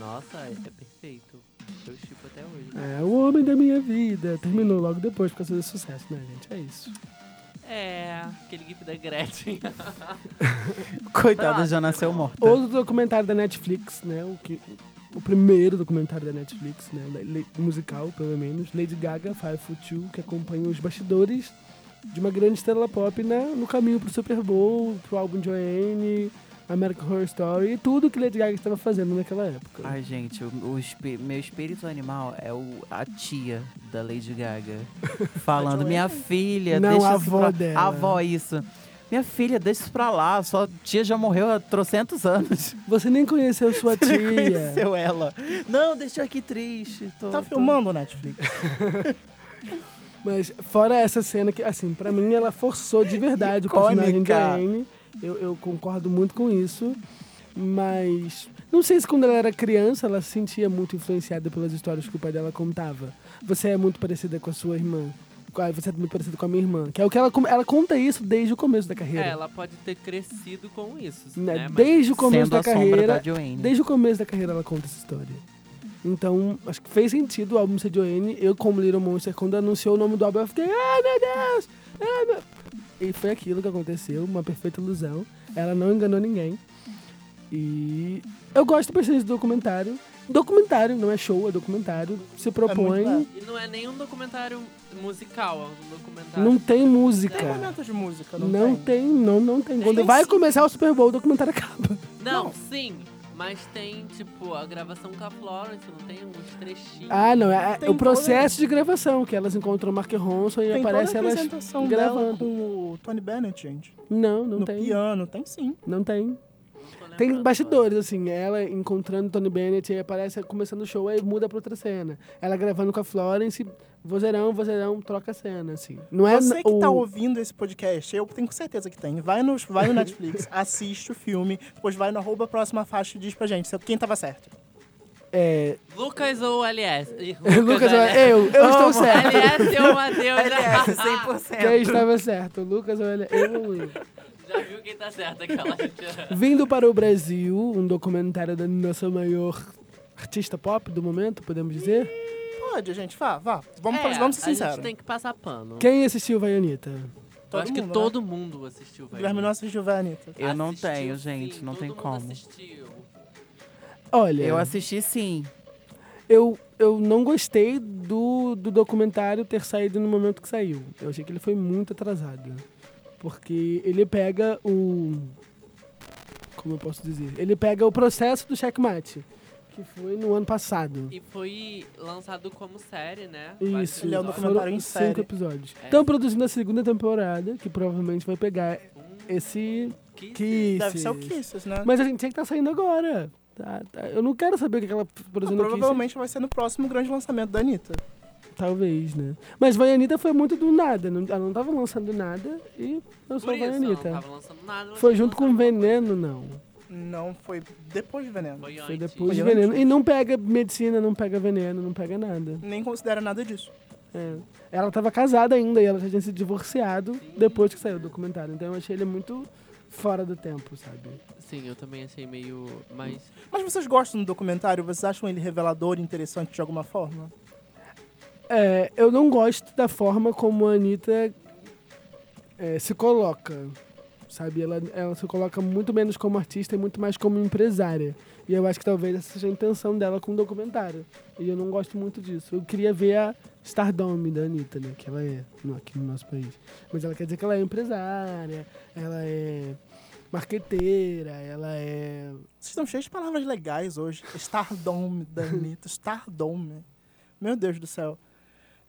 Nossa, é, é perfeito. Eu chipo até hoje.
É, o homem da minha vida. Terminou logo depois por causa do sucesso, né, gente? É isso.
É, aquele gif da Gretchen.
Coitada,
Pronto.
já nasceu morta.
Outro documentário da Netflix, né? O, que, o primeiro documentário da Netflix, né? le- le- musical, pelo menos. Lady Gaga, Five Foot Two, que acompanha os bastidores de uma grande estrela pop né, no caminho pro Super Bowl, pro álbum Joanne, American Horror Story e tudo que Lady Gaga estava fazendo naquela época.
Ai, gente, o, o espí- meu espírito animal é o, a tia da Lady Gaga. Falando, minha filha,
Não,
deixa
a
isso
avó
pra...
dela.
A avó, isso. Minha filha, deixa isso pra lá. Sua tia já morreu há trocentos anos.
Você nem conheceu sua tia.
Você conheceu ela. Não, deixa eu aqui triste. Tô,
Tá
tô-
filmando o Netflix.
Mas fora essa cena que, assim, pra mim ela forçou de verdade o
Icônica.
personagem da Anne. Eu, eu concordo muito com isso. Mas não sei se quando ela era criança ela se sentia muito influenciada pelas histórias que o pai dela contava. Você é muito parecida com a sua irmã. Ah, Você é muito parecida com a minha irmã. Que é o que ela, com- ela conta isso desde o começo da carreira.
É, ela pode ter crescido com isso.
né?
Né? Mas
Desde o
Sendo
começo da
a sombra
carreira
da Joanne.
Desde o começo da carreira ela conta essa história. Então, acho que fez sentido o álbum ser Joanne. Eu, como Little Monster, quando anunciou o nome do álbum, eu fiquei, ai meu Deus! Ai, meu... E foi aquilo que aconteceu, uma perfeita ilusão. Ela não enganou ninguém. E eu gosto bastante do documentário. Documentário, não é show, é documentário. Se propõe.
muito
E não é nenhum documentário musical, é um documentário.
não tem música.
Tem momento de música, não, É
não, tem, não, não tem. Quando
Tem
vai
sim.
começar o Super Bowl, o documentário acaba.
Não, sim. Mas tem, tipo, a gravação com a Florence, não tem alguns trechinhos.
Ah, não. É, é
Tem
o processo de gravação, que elas encontram o Mark Ronson e
Tem
aparece
toda a
elas.
apresentação dela
gravando.
com o Tony Bennett, gente.
Não, não
no
tem.
piano, tem sim.
Não tem.
Não tô
Tem
lembrando
bastidores, assim, ela encontrando Tony Bennett, aí aparece começando o show, aí muda pra outra cena. Ela gravando com a Florence, vozeirão, vozeirão, troca a cena, assim. Não é
Você que
o...
tá ouvindo esse podcast, eu tenho certeza que tem. Vai no, vai no Netflix, assiste o filme, depois vai no arroba próxima faixa e diz pra gente se- quem tava certo.
É,
agora. Lucas ou LS? Ih,
Lucas,
ou é LS.
eu, eu estou certo.
LS ou Matheus?
LS, 100%.
Quem estava certo? Lucas ou ele? Eu ou eu?
Já viu quem tá certo aquela gente.
Vindo para o Brasil, um documentário da nossa maior artista pop do momento, podemos dizer.
Pode, gente, vá, vá. Vamos,
É,
vamos ser
A gente
sinceros.
tem que passar pano.
Quem assistiu vai, Anitta?
Eu
Todo
acho
mundo,
que
né?
todo mundo assistiu,
O
velho.
Guilherme não assistiu vai, Anitta.
Eu não
Assistiu,
tenho,
sim,
gente, não
todo
tem
mundo
como.
assistiu.
Olha,
Eu assisti sim.
eu, eu não gostei do do, do documentário ter saído no momento que saiu. Eu achei que ele foi muito atrasado. Porque ele pega o. Como eu posso dizer? Ele pega o processo do checkmate, que foi no ano passado.
E foi lançado como série, né? Vários
Isso,
Ele é um
episódios.
documentário
foram
em
cinco
série.
episódios.
É.
Estão produzindo a segunda temporada, que provavelmente vai pegar
Hum,
esse
que-
Kisses.
Deve ser o Kisses, né?
Mas a gente tinha que tá saindo agora. Tá, tá. Eu não quero saber o que ela produziu no
Então,
Kisses.
Provavelmente vai ser no próximo grande lançamento da Anitta.
Talvez, né? Mas Vaianita foi muito do nada. não- Ela não tava lançando nada e eu sou
Por isso,
Vaianita.
ela não tava lançando nada. ela
Foi
tinha
junto com
lançado-
Veneno, não.
Não, foi depois de Veneno.
Foi,
Foi
antes.
depois de
Foi antes.
Veneno. E não pega medicina, não pega veneno, não pega nada.
Nem considera nada disso.
É. Ela tava casada ainda e ela já tinha se divorciado depois que saiu o documentário. Então eu achei ele muito fora do tempo, sabe?
Sim, eu também achei meio. Mas.
Mas vocês gostam do documentário? Vocês acham ele revelador, interessante de alguma forma?
É, eu não gosto da forma como a Anitta é, se coloca, sabe? Ela, ela se coloca muito menos como artista e muito mais como empresária. E eu acho que talvez essa seja a intenção dela com o documentário. E eu não gosto muito disso. Eu queria ver a Stardome da Anitta, né? Que ela é no- aqui no nosso país. Mas ela quer dizer que ela é empresária, ela é marqueteira, ela é
Vocês estão cheios de palavras legais hoje. Stardome da Anitta, Stardome. Meu Deus do céu.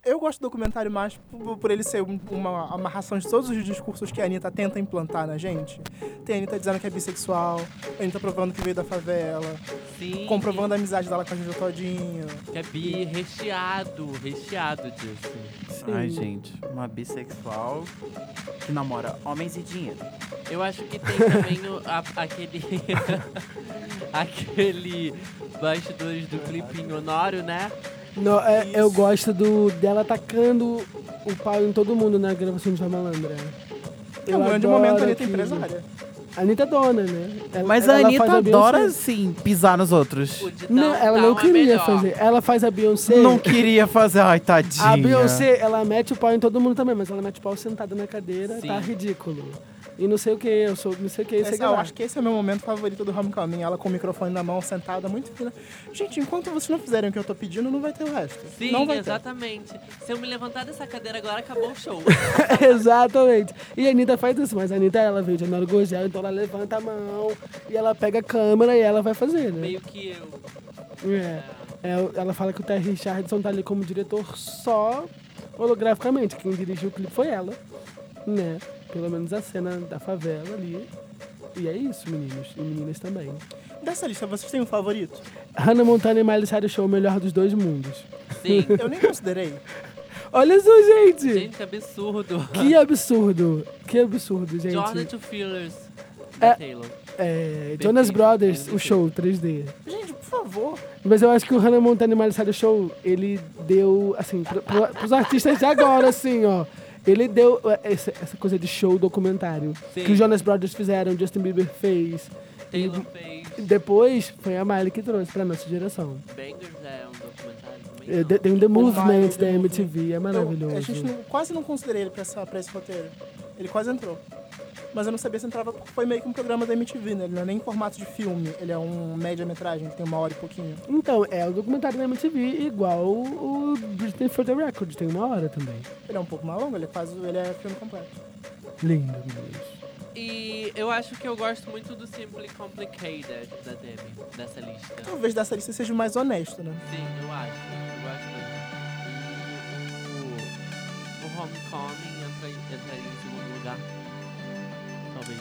Eu gosto do documentário mais por, por ele ser um- uma amarração de todos os discursos que a Anitta tenta implantar na gente. Tem a Anitta dizendo que é bissexual, a Anitta provando que veio da favela,
Sim.
comprovando a amizade dela com a Jojo Todinho.
Que é bi recheado, recheado disso.
Ai,
Sim.
gente, uma bissexual que namora homens e dinheiro.
Eu acho que tem também o, a- aquele. aquele bastidores do clipinho Honório, né?
Não, é- eu gosto do dela atacando o pau em todo mundo na gravação de Fama Malandra.
É um
Eu
grande
adoro
momento da Anitta
aquilo.
empresária.
A Anitta é dona, né? Ela-
Mas
ela
a Anitta
faz Beyoncé.
adora, sim, pisar nos outros.
O de
Não, ela não
downtown é
queria
melhor.
fazer. Ela faz a Beyoncé.
Não queria fazer. Ai, tadinha.
A Beyoncé, ela mete o pau em todo mundo também, mas ela mete o pau sentada na cadeira,
Sim.
tá ridículo. E não sei o que, eu sou, não sei o que, sei
Esse,
que
eu
lá.
acho que esse é o meu momento favorito do Homecoming. Ela com o microfone na mão, sentada, muito fina. Gente, enquanto vocês não fizerem o que eu tô pedindo, não vai ter o resto.
Sim,
não vai ter.
exatamente. Se eu me levantar dessa cadeira agora, acabou o show.
Exatamente. E a Anitta faz isso, mas a Anitta, ela veio de Honório Gurgel, então ela levanta a mão e ela pega a câmera e ela vai fazer, né?
Meio que eu.
É. É, o- ela fala que o Terry Richardson tá ali como diretor só holograficamente. Quem dirigiu o clipe foi ela, né? Pelo menos a cena da favela ali. E é isso, meninos. E meninas também.
Dessa lista, vocês têm um favorito?
Hannah Montana e Miley Cyrus Show, o melhor dos dois mundos.
Sim.
Eu nem considerei.
Olha só, gente!
Gente, que absurdo.
Que absurdo! Que absurdo, gente.
Jordan to Feelers.
É.
da Taylor.
É,
Perfeito,
Jonas Brothers, o
perfeito.
show 3D.
Gente, por favor.
Mas eu acho que o Hannah Montana e Miley Cyrus Show, ele deu, assim, pro, pro, pros artistas de agora, assim, ó. Ele deu é, essa, essa coisa de show documentário.
Sim.
Que os Jonas Brothers fizeram, Justin Bieber fez.
Taylor fez.
E depois foi a Miley que trouxe pra nossa geração.
Bangers é um documentário também.
É,
não?
de- Tem o The Movement
Miley,
da
The
MTV, é
Eu, Então, a
maravilhoso.
gente não- quase não considerei ele pra, essa, pra esse roteiro. Ele quase entrou. Mas eu não sabia se entrava porque foi meio que um programa da MTV, né? Ele não é nem em formato de filme. Ele é um média-metragem que tem uma hora e pouquinho.
Então, é o documentário da MTV igual o Britney for the Record, tem uma hora também.
Ele é um pouco mais longo, ele é, quase, ele é filme completo.
Lindo, meu Deus.
E eu acho que eu gosto muito do Simply Complicated da Debbie, dessa lista.
Talvez dessa lista seja o mais honesto, né?
Sim, eu acho. Eu gosto muito. E o, o Homecoming entra, entraria em segundo lugar. Talvez.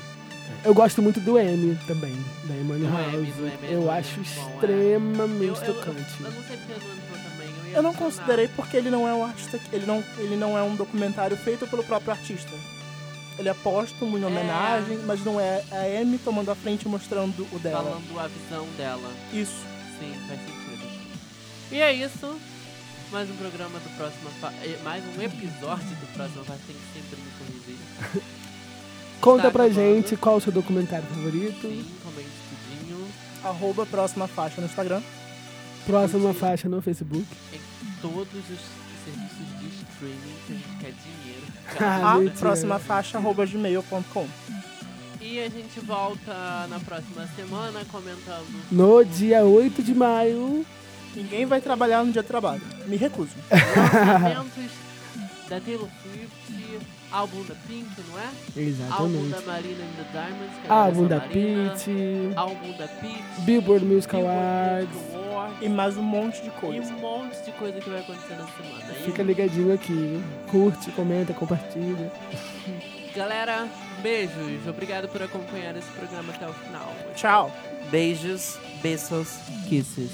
Eu gosto muito do M também, da Emmanuel
Do M,
House.
do M,
Eu
do M,
acho
bom, é.
extremamente
Eu- eu- eu-
tocante.
Eu não sei porque não entrou também. Eu, ia
Eu não
mencionar.
considerei porque ele não é um artista. Ele não, ele não é um documentário feito pelo próprio artista. Ele é póstumo em homenagem, mas não é a Amy tomando a frente e mostrando o dela.
Falando a visão dela.
Isso.
Sim, faz sentido. E é isso. Mais um programa do próximo. Fa... eh, Mais um episódio do próximo Faz tem que sempre me corrigir.
Conta
Tá
pra
acabando.
gente qual o seu documentário favorito.
Sim, comente tudinho.
Arroba próxima faixa no Instagram.
Próxima faixa no Facebook.
Em todos os serviços de streaming que a gente quer dinheiro.
Ah,
A
mentira.
próxima faixa arroba gmail.com.
E a gente volta na próxima semana comentando
No dia 8 de maio,
Ninguém vai trabalhar no dia de trabalho. Me recuso.
Lançamentos da Taylor Swift, álbum da Pink, não é? Álbum da
Exatamente.
Marina and the Diamonds, que é a
Álbum da
Marina.
Pete,
Álbum da Pete.
Billboard Music
Billboard
Awards.
Music Awards.
E mais um monte de
E
coisa.
um monte de coisa que vai acontecer na semana. E,
Fica ligadinho aqui. hein? Curte, comenta, compartilha.
Galera, beijos. Obrigado por acompanhar esse programa até o final.
Tchau.
Beijos, beijos.
Kisses.